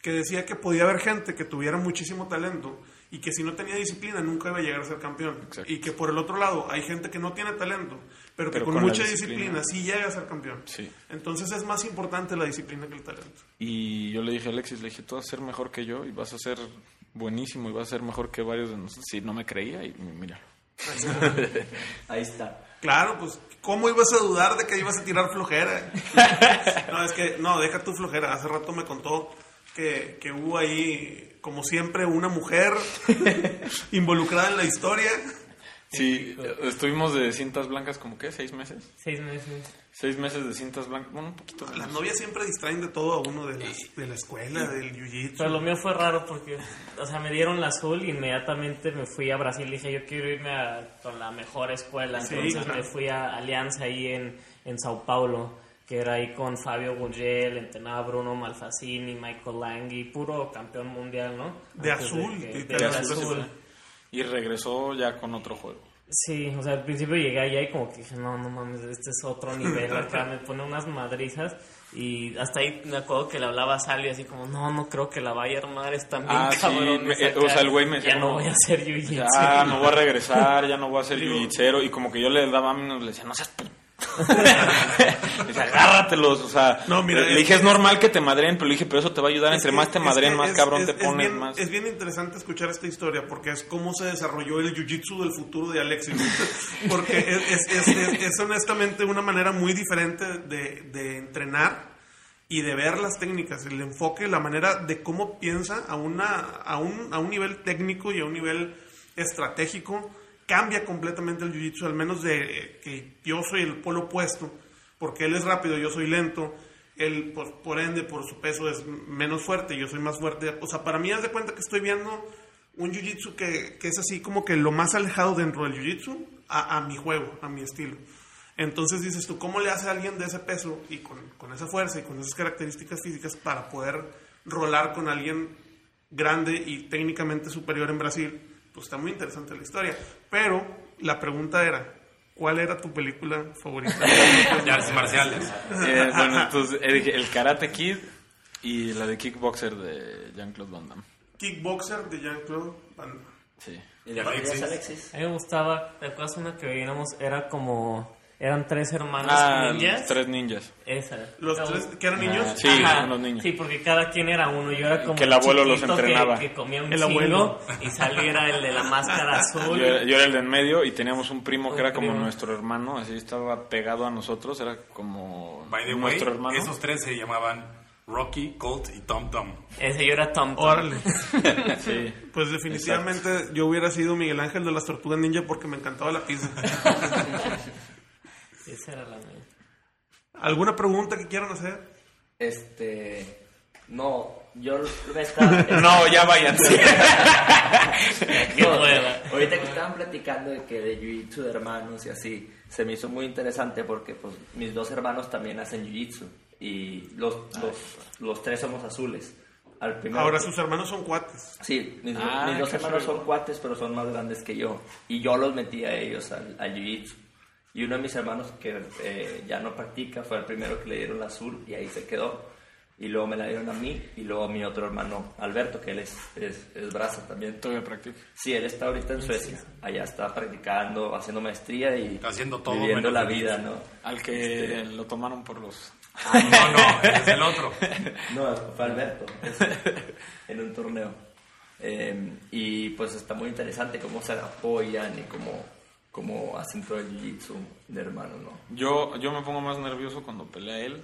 [SPEAKER 3] que decía que podía haber gente que tuviera muchísimo talento y que si no tenía disciplina nunca iba a llegar a ser campeón.
[SPEAKER 2] Exacto.
[SPEAKER 3] Y que por el otro lado hay gente que no tiene talento, pero que
[SPEAKER 2] Pero
[SPEAKER 3] con,
[SPEAKER 2] con la
[SPEAKER 3] mucha disciplina,
[SPEAKER 2] disciplina.
[SPEAKER 3] sí llega a ser campeón.
[SPEAKER 2] Sí.
[SPEAKER 3] Entonces es más importante la disciplina que el talento.
[SPEAKER 2] Y yo le dije a Alexis, le dije, tú vas a ser mejor que yo y vas a ser buenísimo y vas a ser mejor que varios de nosotros. Sí, no me creía y míralo.
[SPEAKER 6] Ahí está.
[SPEAKER 3] Claro, pues, ¿cómo ibas a dudar de que ibas a tirar flojera? no, es que, no, deja tu flojera. Hace rato me contó que, que hubo ahí, como siempre, una mujer involucrada en la historia.
[SPEAKER 2] Sí, estuvimos de cintas blancas como qué, seis meses.
[SPEAKER 1] Seis meses.
[SPEAKER 2] Seis meses de cintas blancas, bueno, un poquito
[SPEAKER 3] Las
[SPEAKER 2] menos.
[SPEAKER 3] novias siempre distraen de todo a uno de, las- de la escuela, del
[SPEAKER 1] Pero lo
[SPEAKER 3] jiu-jitsu.
[SPEAKER 1] mío fue raro porque, o sea, me dieron la azul y inmediatamente me fui a Brasil. Dije, yo quiero irme a- con la mejor escuela.
[SPEAKER 3] Sí,
[SPEAKER 1] Entonces
[SPEAKER 3] claro.
[SPEAKER 1] me fui a Alianza ahí en, en Sao Paulo, que era ahí con Fabio Gugel, entrenaba Bruno Malfacini, Michael Langui, puro campeón mundial, ¿no?
[SPEAKER 3] De
[SPEAKER 1] Antes
[SPEAKER 3] azul,
[SPEAKER 1] que-
[SPEAKER 3] y
[SPEAKER 1] de
[SPEAKER 3] te-
[SPEAKER 1] azul.
[SPEAKER 2] Y regresó ya con otro juego.
[SPEAKER 1] Sí, o sea, al principio llegué allá y como que dije, no, no mames, este es otro nivel acá, me pone unas madrizas y hasta ahí me acuerdo que le hablaba a Sally así como, no, no creo que la vaya a armar, está bien
[SPEAKER 2] Ah, sí,
[SPEAKER 1] cabrón.
[SPEAKER 2] me- eh, o sea, el güey me
[SPEAKER 1] Ya
[SPEAKER 2] decía, "Ah,
[SPEAKER 1] no
[SPEAKER 2] no.
[SPEAKER 1] voy a hacer jiu-jitsu.
[SPEAKER 2] Ya no voy a regresar, ya no voy a ser yuyicero. Y como que yo le daba menos, le decía, no seas puto. Dice, agárratelos, o sea,
[SPEAKER 3] No, mira,
[SPEAKER 2] le
[SPEAKER 3] es-
[SPEAKER 2] dije, es,
[SPEAKER 3] es-
[SPEAKER 2] normal que te madren, pero le dije, pero eso te va a ayudar,
[SPEAKER 3] Es
[SPEAKER 2] entre
[SPEAKER 3] que-
[SPEAKER 2] más te
[SPEAKER 3] es
[SPEAKER 2] madren,
[SPEAKER 3] que
[SPEAKER 2] más
[SPEAKER 3] es-
[SPEAKER 2] cabrón
[SPEAKER 3] es-
[SPEAKER 2] te
[SPEAKER 3] es
[SPEAKER 2] ponen,
[SPEAKER 3] bien-
[SPEAKER 2] más...
[SPEAKER 3] Es bien interesante escuchar esta historia porque es cómo se desarrolló el jiu-jitsu del futuro de Alexis. porque es, es- es- es- es honestamente una manera muy diferente de, de entrenar y de ver las técnicas, el enfoque, la manera de cómo piensa a, una, a, un, a un nivel técnico y a un nivel estratégico. Cambia completamente el jiu-jitsu, al menos de eh, que yo soy el polo opuesto, porque él es rápido, yo soy lento. Él, pues, por ende, por su peso es menos fuerte, yo soy más fuerte. O sea, para mí, haz de cuenta que estoy viendo un jiu-jitsu que, que es así como que lo más alejado dentro del jiu-jitsu a, a mi juego, a mi estilo. Entonces dices tú, ¿cómo le hace a alguien de ese peso y con, con esa fuerza y con esas características físicas para poder rolar con alguien grande y técnicamente superior en Brasil? Pues está muy interesante la historia. Pero la pregunta era, ¿cuál era tu película favorita?
[SPEAKER 5] De artes marciales.
[SPEAKER 2] Eh, bueno, entonces, eh, dije, el Karate Kid y la de Kickboxer de Jean-Claude Van Damme,
[SPEAKER 3] Kickboxer de Jean-Claude Van Damme.
[SPEAKER 2] sí.
[SPEAKER 6] ¿Y de cuál es Alexis?
[SPEAKER 1] A mí me gustaba, ¿te acuerdas una que veíamos? Era como, eran tres hermanos
[SPEAKER 2] Ah,
[SPEAKER 1] ninjas.
[SPEAKER 2] los tres ninjas.
[SPEAKER 1] Esa.
[SPEAKER 3] Los
[SPEAKER 1] Era
[SPEAKER 3] tres
[SPEAKER 1] un-
[SPEAKER 3] que eran niños.
[SPEAKER 2] sí,
[SPEAKER 1] Ajá,
[SPEAKER 2] eran los niños.
[SPEAKER 1] Sí, porque cada quien era uno. Yo era como
[SPEAKER 2] Que el abuelo los
[SPEAKER 1] chiquito que-
[SPEAKER 2] entrenaba.
[SPEAKER 1] Que, comía un
[SPEAKER 3] El
[SPEAKER 1] chingo
[SPEAKER 3] abuelo.
[SPEAKER 1] y saliera el de la máscara
[SPEAKER 2] Yo,
[SPEAKER 1] azul.
[SPEAKER 2] era- yo era el de en medio y teníamos un primo que
[SPEAKER 1] Un
[SPEAKER 2] era como
[SPEAKER 1] primo.
[SPEAKER 2] nuestro hermano, así estaba pegado a nosotros, era como
[SPEAKER 5] By the way,
[SPEAKER 2] nuestro hermano.
[SPEAKER 5] esos tres se llamaban Rocky, Colt y Tom Tom.
[SPEAKER 1] Ese yo era Tom. Tom.
[SPEAKER 3] Órale.
[SPEAKER 2] Sí.
[SPEAKER 3] Pues definitivamente yo hubiera sido Miguel Ángel de las Tortugas Ninja porque me encantaba la pizza.
[SPEAKER 1] Esa era la mía.
[SPEAKER 3] ¿Alguna pregunta que quieran hacer?
[SPEAKER 6] Este. No, yo esta- esta-
[SPEAKER 2] No, ya váyanse.
[SPEAKER 1] Qué hueva.
[SPEAKER 6] Ahorita que estaban platicando de que de jiu-jitsu de hermanos y así, se me hizo muy interesante porque pues mis dos hermanos también hacen jiu-jitsu y los, los, los tres somos azules. Al primero-
[SPEAKER 3] Ahora sus hermanos son cuates.
[SPEAKER 6] Sí, mis,
[SPEAKER 2] Ah,
[SPEAKER 6] mis dos
[SPEAKER 2] qué
[SPEAKER 6] hermanos
[SPEAKER 2] fregón.
[SPEAKER 6] son cuates, pero son más grandes que yo. Y yo los metí a ellos al, al jiu-jitsu. Y uno de mis hermanos que eh, ya no practica fue el primero que le dieron la azul y ahí se quedó. Y luego me la dieron a mí y luego a mi otro hermano, Alberto, que él es, es, es brazo también.
[SPEAKER 2] Todavía practico.
[SPEAKER 6] Sí, él está ahorita en Suecia. Allá está practicando, haciendo maestría y
[SPEAKER 5] Haciendo todo
[SPEAKER 6] viviendo
[SPEAKER 5] menos
[SPEAKER 6] la
[SPEAKER 5] el
[SPEAKER 6] vida, ¿no?
[SPEAKER 2] Al que lo tomaron por los...
[SPEAKER 5] No, no, es el otro.
[SPEAKER 6] No, fue Alberto, eso, en un torneo. Eh, y pues está muy interesante cómo se apoyan y cómo, cómo hacen todo el jiu-jitsu de hermano, ¿no?
[SPEAKER 2] Yo, yo me pongo más nervioso cuando pelea él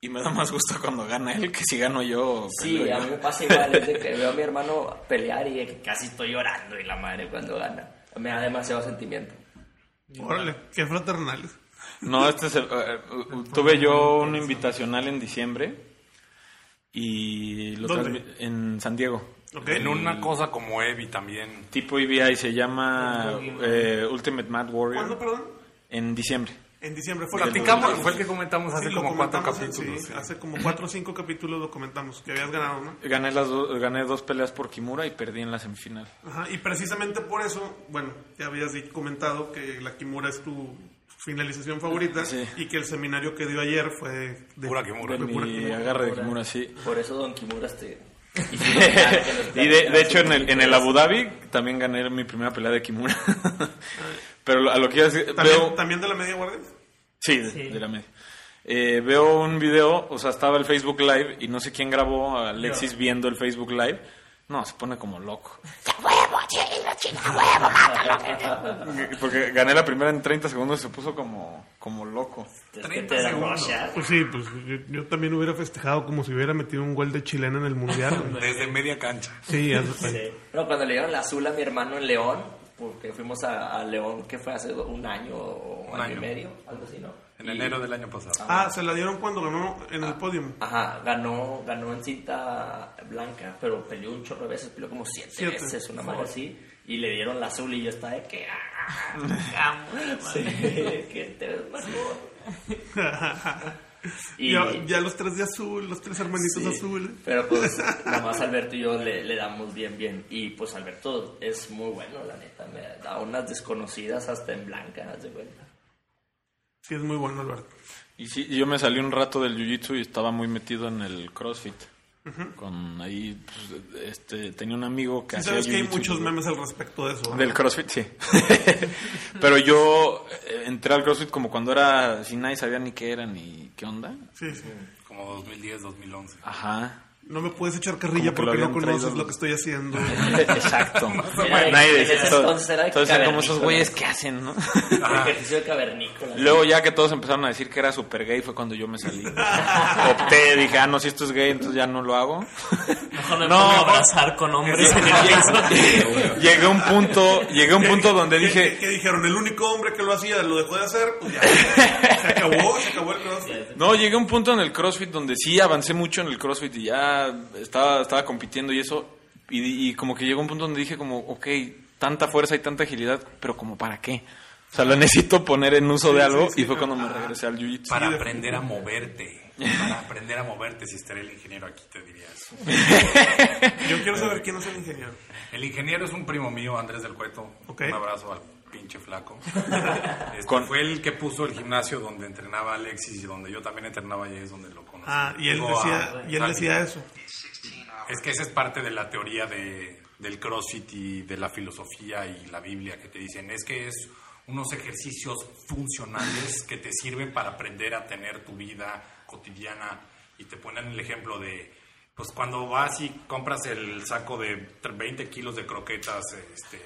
[SPEAKER 2] y me da más gusto cuando gana él que si gano yo. o peleo
[SPEAKER 6] Sí,
[SPEAKER 2] yo.
[SPEAKER 6] a mí me pasa igual, es de que veo a mi hermano pelear y de que casi estoy llorando y la madre cuando gana. Me da demasiado sentimiento.
[SPEAKER 3] Órale, qué fraternales.
[SPEAKER 2] No, este es el- eh, eh, tuve yo un invitacional en diciembre y lo
[SPEAKER 3] ¿Dónde?
[SPEAKER 2] transmi- en San Diego.
[SPEAKER 3] Ok.
[SPEAKER 5] En una cosa como Evi también.
[SPEAKER 2] Tipo EBI se llama eh, Ultimate Mad Warrior
[SPEAKER 3] ¿Cuándo, perdón?
[SPEAKER 2] en diciembre.
[SPEAKER 3] En diciembre fue.
[SPEAKER 5] Platicamos, fue el que comentamos
[SPEAKER 3] Sí,
[SPEAKER 5] hace
[SPEAKER 3] lo
[SPEAKER 5] como cuatro
[SPEAKER 3] comentamos,
[SPEAKER 5] capítulos.
[SPEAKER 3] sí,
[SPEAKER 5] sí.
[SPEAKER 3] hace como cuatro o cinco capítulos lo comentamos, que habías ganado, ¿no?
[SPEAKER 2] Gané las do- gané dos peleas por Kimura y perdí en la semifinal.
[SPEAKER 3] Ajá, y precisamente por eso, bueno, te habías di- comentado que la Kimura es tu finalización favorita
[SPEAKER 2] Sí.
[SPEAKER 3] y que el seminario que dio ayer fue de
[SPEAKER 5] Pura Kimura.
[SPEAKER 2] De
[SPEAKER 3] de pura
[SPEAKER 2] mi
[SPEAKER 3] Ah, Kimura.
[SPEAKER 2] agarre de Kimura, sí.
[SPEAKER 6] Por eso Don Kimura te...
[SPEAKER 2] y de, de hecho en el, en el Abu Dhabi también gané mi primera pelea de Kimura. Pero lo- a lo que iba a decir,
[SPEAKER 3] ¿También,
[SPEAKER 2] veo-
[SPEAKER 3] también de la media guardia?
[SPEAKER 2] Sí, de,
[SPEAKER 1] Sí.
[SPEAKER 2] de la media. Eh, veo un video, o sea, estaba el Facebook Live y no sé quién grabó a Alexis viendo el Facebook Live. No, se pone como loco. Porque gané la primera en 30 segundos y se puso como, como loco.
[SPEAKER 6] Es que
[SPEAKER 5] 30
[SPEAKER 6] te da
[SPEAKER 5] segundos.
[SPEAKER 6] guacha.
[SPEAKER 3] Pues sí, pues yo, yo también hubiera festejado como si hubiera metido un gol de chilena en el mundial. güey.
[SPEAKER 5] Desde media cancha.
[SPEAKER 3] sí, haz de cuenta.
[SPEAKER 6] No, cuando le dieron la azul a mi hermano en León, porque fuimos a, a León, que fue hace do- un año o
[SPEAKER 5] Un
[SPEAKER 6] año,
[SPEAKER 5] año.
[SPEAKER 6] y medio, algo así, ¿no?
[SPEAKER 5] En
[SPEAKER 6] Y-
[SPEAKER 5] enero del año pasado.
[SPEAKER 3] Ah, se la dieron cuando ganó en el podium.
[SPEAKER 6] Ajá, ganó, ganó en cinta blanca, pero peleó un chorro de veces, peleó como siete,
[SPEAKER 3] Siete.
[SPEAKER 6] veces, una madre así, y le dieron la azul y yo estaba de que... ¡ah!
[SPEAKER 1] Ah, hueva.
[SPEAKER 6] Sí, que te ves mejor. Ah, Y-
[SPEAKER 3] ya, ya los tres de azul, los tres hermanitos
[SPEAKER 6] Sí,
[SPEAKER 3] azules.
[SPEAKER 6] Pero pues, nada más Alberto y yo le, le damos bien, bien. Y pues Alberto es muy bueno, la neta. Me da unas desconocidas hasta en blanca, haz de cuenta.
[SPEAKER 3] Sí, es muy bueno, Alberto.
[SPEAKER 2] Y sí, yo me salí un rato del jiu-jitsu y estaba muy metido en el CrossFit. Con ahí, pues, este, tenía un amigo que
[SPEAKER 3] Sí,
[SPEAKER 2] hacía
[SPEAKER 3] sabes que hay
[SPEAKER 2] jiu-jitsu.
[SPEAKER 3] muchos memes al respecto de eso. ¿no?
[SPEAKER 2] Del CrossFit, sí. Pero yo eh, entré al CrossFit como cuando era, si nadie sabía ni qué era ni qué onda.
[SPEAKER 3] Sí, sí.
[SPEAKER 5] Como 2010, 2011.
[SPEAKER 2] Ajá.
[SPEAKER 3] No me puedes echar carrilla
[SPEAKER 2] Como que lo
[SPEAKER 3] porque no
[SPEAKER 2] habían
[SPEAKER 3] conoces
[SPEAKER 2] traído.
[SPEAKER 3] lo que estoy haciendo.
[SPEAKER 2] Exacto.
[SPEAKER 6] Era-
[SPEAKER 2] nadie
[SPEAKER 6] en
[SPEAKER 2] decía
[SPEAKER 6] ese
[SPEAKER 2] eso.
[SPEAKER 6] entonces era
[SPEAKER 2] Entonces eran como esos
[SPEAKER 6] cavernícola.
[SPEAKER 2] güeyes que hacen, ¿no?
[SPEAKER 6] Ejercicio de cavernícola.
[SPEAKER 2] Luego ya que todos empezaron a decir que era super gay fue cuando yo me salí. Opté, dije, ah, no, si esto es gay, entonces ya no lo hago.
[SPEAKER 1] Mejor me
[SPEAKER 2] No.
[SPEAKER 1] pongo a abrazar con hombres en el piso.
[SPEAKER 2] llegué a un punto, llegué a un punto donde
[SPEAKER 3] ¿Qué-
[SPEAKER 2] dije,
[SPEAKER 3] qué- qué dijeron? El único hombre que lo hacía lo dejó de hacer, pues ya. Se acabó, se acabó el crossfit.
[SPEAKER 2] No, llegué a un punto en el CrossFit donde sí avancé mucho en el CrossFit y ya estaba, estaba compitiendo y eso. Y, y como que llegó un punto donde dije como, ok, tanta fuerza y tanta agilidad, pero como para qué. O sea, lo necesito poner en uso de algo y fue cuando me regresé al Jiu-Jitsu.
[SPEAKER 5] Para aprender a moverte. Para aprender a moverte, si estaría el ingeniero aquí, te diría eso.
[SPEAKER 3] Yo quiero saber quién es el ingeniero.
[SPEAKER 5] El ingeniero es un primo mío, Andrés del Cueto.
[SPEAKER 3] Ok.
[SPEAKER 5] Un abrazo al pinche flaco. Este, Fue el que puso el gimnasio donde entrenaba Alexis y donde yo también entrenaba y es donde lo conocí.
[SPEAKER 3] Ah, y él
[SPEAKER 5] Digo,
[SPEAKER 3] decía,
[SPEAKER 5] a-
[SPEAKER 3] y él
[SPEAKER 5] a-
[SPEAKER 3] decía eso.
[SPEAKER 5] Es que esa es parte de la teoría de, del CrossFit y de la filosofía y la Biblia que te dicen, es que es unos ejercicios funcionales que te sirven para aprender a tener tu vida cotidiana y te ponen el ejemplo de, pues cuando vas y compras el saco de tre- 20 kilos de croquetas este,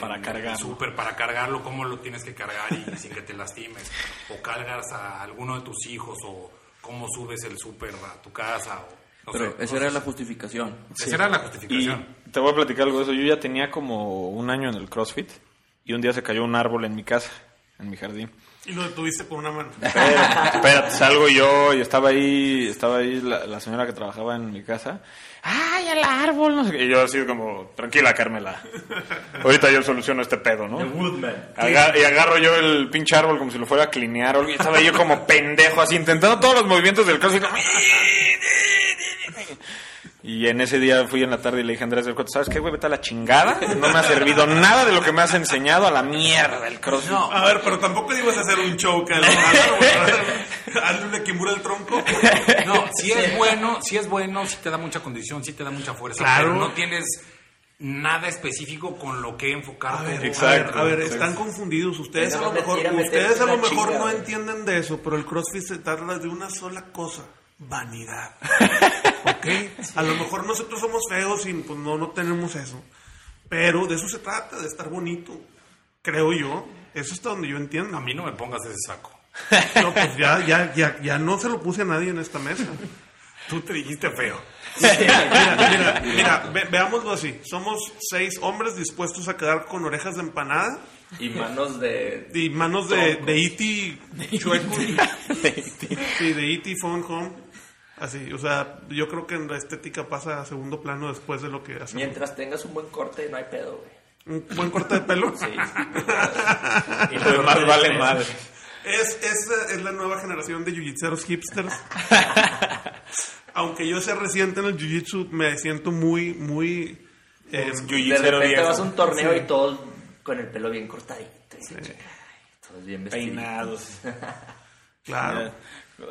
[SPEAKER 2] Para
[SPEAKER 5] en el
[SPEAKER 2] cargarlo.
[SPEAKER 5] súper, para cargarlo, cómo lo tienes que cargar y sin que te lastimes, o cargas a alguno de tus hijos, o cómo subes el súper a tu casa, o... no
[SPEAKER 4] Pero
[SPEAKER 5] sé,
[SPEAKER 4] esa
[SPEAKER 5] cosas
[SPEAKER 4] era la justificación.
[SPEAKER 5] esa era la
[SPEAKER 2] Y
[SPEAKER 5] justificación.
[SPEAKER 2] te voy a platicar algo de eso. Yo ya tenía como un año en el CrossFit y un día se cayó un árbol en mi casa, en mi jardín.
[SPEAKER 3] Y lo detuviste con una mano.
[SPEAKER 2] Espérate, espérate, salgo yo y estaba ahí, estaba ahí la, la señora que trabajaba en mi casa. ¡Ay, el árbol! No sé qué. Y yo así como, tranquila, Carmela. Ahorita yo soluciono este pedo, ¿no?
[SPEAKER 6] Woodman.
[SPEAKER 2] Aga- y agarro yo el pinche árbol como si lo fuera a clinear o algo. Y estaba yo como pendejo, así intentando todos los movimientos del crossfit. como- Y en ese día fui en la tarde y le dije a Andrés del Coto, ¿sabes qué, güey? Vete a la chingada. No me ha servido nada de lo que me has enseñado a la mierda el crossfit.
[SPEAKER 3] A ver, pero tampoco ibas a hacer un show, que Hazle una kimura al tronco.
[SPEAKER 5] No, sí es bueno, sí es bueno, sí te da mucha condición, sí te da mucha fuerza,
[SPEAKER 3] Claro.
[SPEAKER 5] pero no tienes nada específico con lo que
[SPEAKER 3] A
[SPEAKER 5] enfocarte.
[SPEAKER 3] ver,
[SPEAKER 2] Exacto.
[SPEAKER 3] a ver, a ver, están confundidos. Ustedes a lo
[SPEAKER 6] Tenemos
[SPEAKER 3] mejor,
[SPEAKER 6] que ir a meterse
[SPEAKER 3] ustedes a lo
[SPEAKER 6] una
[SPEAKER 3] mejor
[SPEAKER 6] chinga,
[SPEAKER 3] no
[SPEAKER 6] güey.
[SPEAKER 3] entienden de eso, pero el CrossFit se trata de una sola cosa, vanidad. ¿Ok? A lo mejor nosotros somos feos y pues no, no tenemos eso. Pero de eso se trata, de estar bonito, creo yo. Eso está donde yo entiendo.
[SPEAKER 5] A mí no me pongas ese saco.
[SPEAKER 3] No, pues ya, ya, ya, ya no se lo puse a nadie en esta mesa.
[SPEAKER 5] Tú te dijiste feo.
[SPEAKER 3] Mira, mira, mira, ve- veámoslo así. Somos seis hombres dispuestos a quedar con orejas de empanada.
[SPEAKER 6] Y manos de.
[SPEAKER 3] Y manos de, de E.T. chueco. Sí, de E.T. Phone Home. Así, o sea, yo creo que en la estética pasa a segundo plano después de lo que hace.
[SPEAKER 6] Mientras tengas un buen corte, no hay pedo, güey.
[SPEAKER 3] Un buen corte de pelo.
[SPEAKER 6] Sí.
[SPEAKER 1] Y la
[SPEAKER 2] Pues más
[SPEAKER 1] ropa
[SPEAKER 2] vale
[SPEAKER 1] de-
[SPEAKER 2] madre.
[SPEAKER 3] Es, es, eh, es la nueva generación de yujitseros hipsters. Aunque yo sea reciente en el jiu-jitsu, me siento muy, muy... eh,
[SPEAKER 6] De
[SPEAKER 2] Yuyicero
[SPEAKER 6] repente
[SPEAKER 2] viejo.
[SPEAKER 6] vas a un torneo y todos con el pelo bien cortadito. y la chingada, y Todos bien vestidos.
[SPEAKER 2] Peinados.
[SPEAKER 3] claro.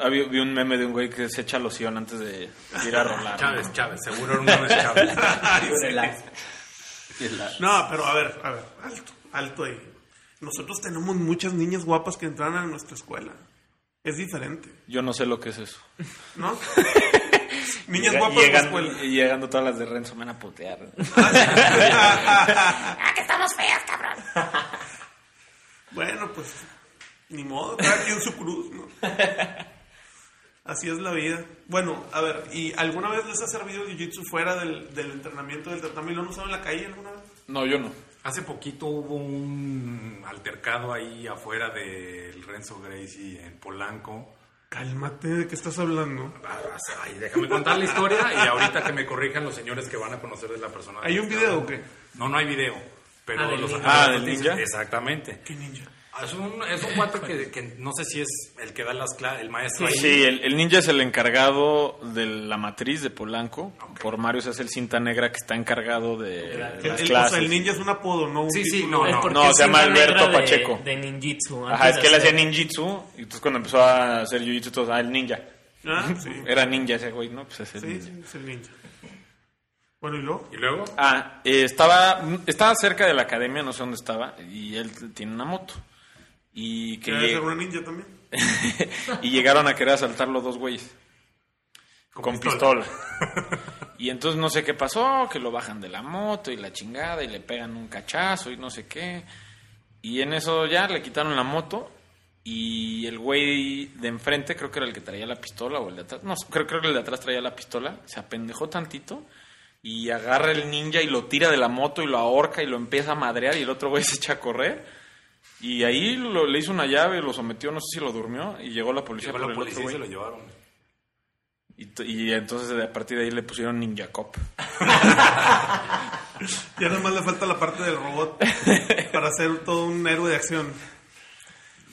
[SPEAKER 2] Había, vi un meme de un güey que se echa loción antes de ir a rolar.
[SPEAKER 5] Chávez, Chávez, seguro era uno de Chávez.
[SPEAKER 6] Con el lazo.
[SPEAKER 3] No, pero a ver, a ver, alto, alto ahí. Nosotros tenemos muchas niñas guapas que entraron a nuestra escuela. Es diferente.
[SPEAKER 2] Yo no sé lo que es eso.
[SPEAKER 3] ¿No? Niñas
[SPEAKER 2] Llega-
[SPEAKER 3] guapas pues, de
[SPEAKER 2] llegan-
[SPEAKER 3] escuela.
[SPEAKER 2] y llegando todas las de Renzo me van a putear.
[SPEAKER 3] Bueno, pues ni modo, cada quien su cruz, ¿no? Así es la vida. Bueno, a ver, ¿y alguna vez les ha servido el jiu-jitsu fuera del, del entrenamiento del tatami? ¿Lo han usado en la calle alguna vez?
[SPEAKER 2] No, yo no.
[SPEAKER 5] Hace poquito hubo un altercado ahí afuera del Renzo Gracie en Polanco. Ah,
[SPEAKER 3] Cálmate, ¿de qué estás hablando?
[SPEAKER 5] Ay, déjame contar la historia y ahorita que me corrijan los señores que van a conocer de la persona.
[SPEAKER 3] ¿Hay un video o qué?
[SPEAKER 5] No, no hay video. Pero
[SPEAKER 1] Ah, del
[SPEAKER 5] los
[SPEAKER 1] ninja.
[SPEAKER 5] los-
[SPEAKER 2] Ah, ¿del ninja?
[SPEAKER 5] Exactamente.
[SPEAKER 3] ¿Qué ninja?
[SPEAKER 5] Ah, Es un, es un cuate que, que no sé si es el que da las clases, el maestro ahí.
[SPEAKER 2] Sí, el, el ninja es el encargado de la matriz de Polanco. Por Mario se hace el cinta negra que está encargado de
[SPEAKER 3] El,
[SPEAKER 2] las
[SPEAKER 3] el- o
[SPEAKER 2] clases.
[SPEAKER 3] sea, el ninja es un apodo, ¿no? Un
[SPEAKER 5] Sí, sí,
[SPEAKER 3] título.
[SPEAKER 5] no,
[SPEAKER 1] Es
[SPEAKER 5] no.
[SPEAKER 1] porque
[SPEAKER 2] No,
[SPEAKER 1] es
[SPEAKER 2] se llama
[SPEAKER 1] una
[SPEAKER 2] Alberto
[SPEAKER 1] negra de-
[SPEAKER 2] Pacheco.
[SPEAKER 1] De ninjitsu.
[SPEAKER 2] Ajá, es que él
[SPEAKER 1] le
[SPEAKER 2] hacía ninjitsu y entonces cuando empezó a hacer jiu-jitsu todos, ah, el ninja.
[SPEAKER 3] Ah, sí.
[SPEAKER 2] Era ninja ese güey, ¿no? Pues es el
[SPEAKER 3] Sí,
[SPEAKER 2] ninja.
[SPEAKER 3] sí, es el ninja. Bueno, ¿y luego?
[SPEAKER 5] Y luego,
[SPEAKER 2] Ah, eh, estaba, estaba cerca de la academia, no sé dónde estaba, y él tiene una moto. Y, que
[SPEAKER 3] ¿Quieres
[SPEAKER 2] lleg-
[SPEAKER 3] ser una ninja también?
[SPEAKER 2] y llegaron a querer asaltar los dos güeyes. Con, pistola. y entonces no sé qué pasó, que lo bajan de la moto y la chingada, y le pegan un cachazo y no sé qué. Y en eso ya le quitaron la moto. Y el güey de enfrente, creo que era el que traía la pistola o el de atrás. No, creo, creo que el de atrás traía la pistola. Se apendejó tantito y agarra el ninja y lo tira de la moto y lo ahorca y lo empieza a madrear. Y el otro güey se echa a correr. Y ahí lo- le hizo una llave, lo sometió, no sé si lo durmió. Y llegó la policía
[SPEAKER 5] llegó
[SPEAKER 2] por
[SPEAKER 5] la
[SPEAKER 2] el otro
[SPEAKER 5] policía y
[SPEAKER 2] güey.
[SPEAKER 5] se lo llevaron.
[SPEAKER 2] Y, t- y entonces de- a partir de ahí le pusieron Ninja Cop.
[SPEAKER 3] Ya nada más le falta la parte del robot para ser todo un héroe de acción.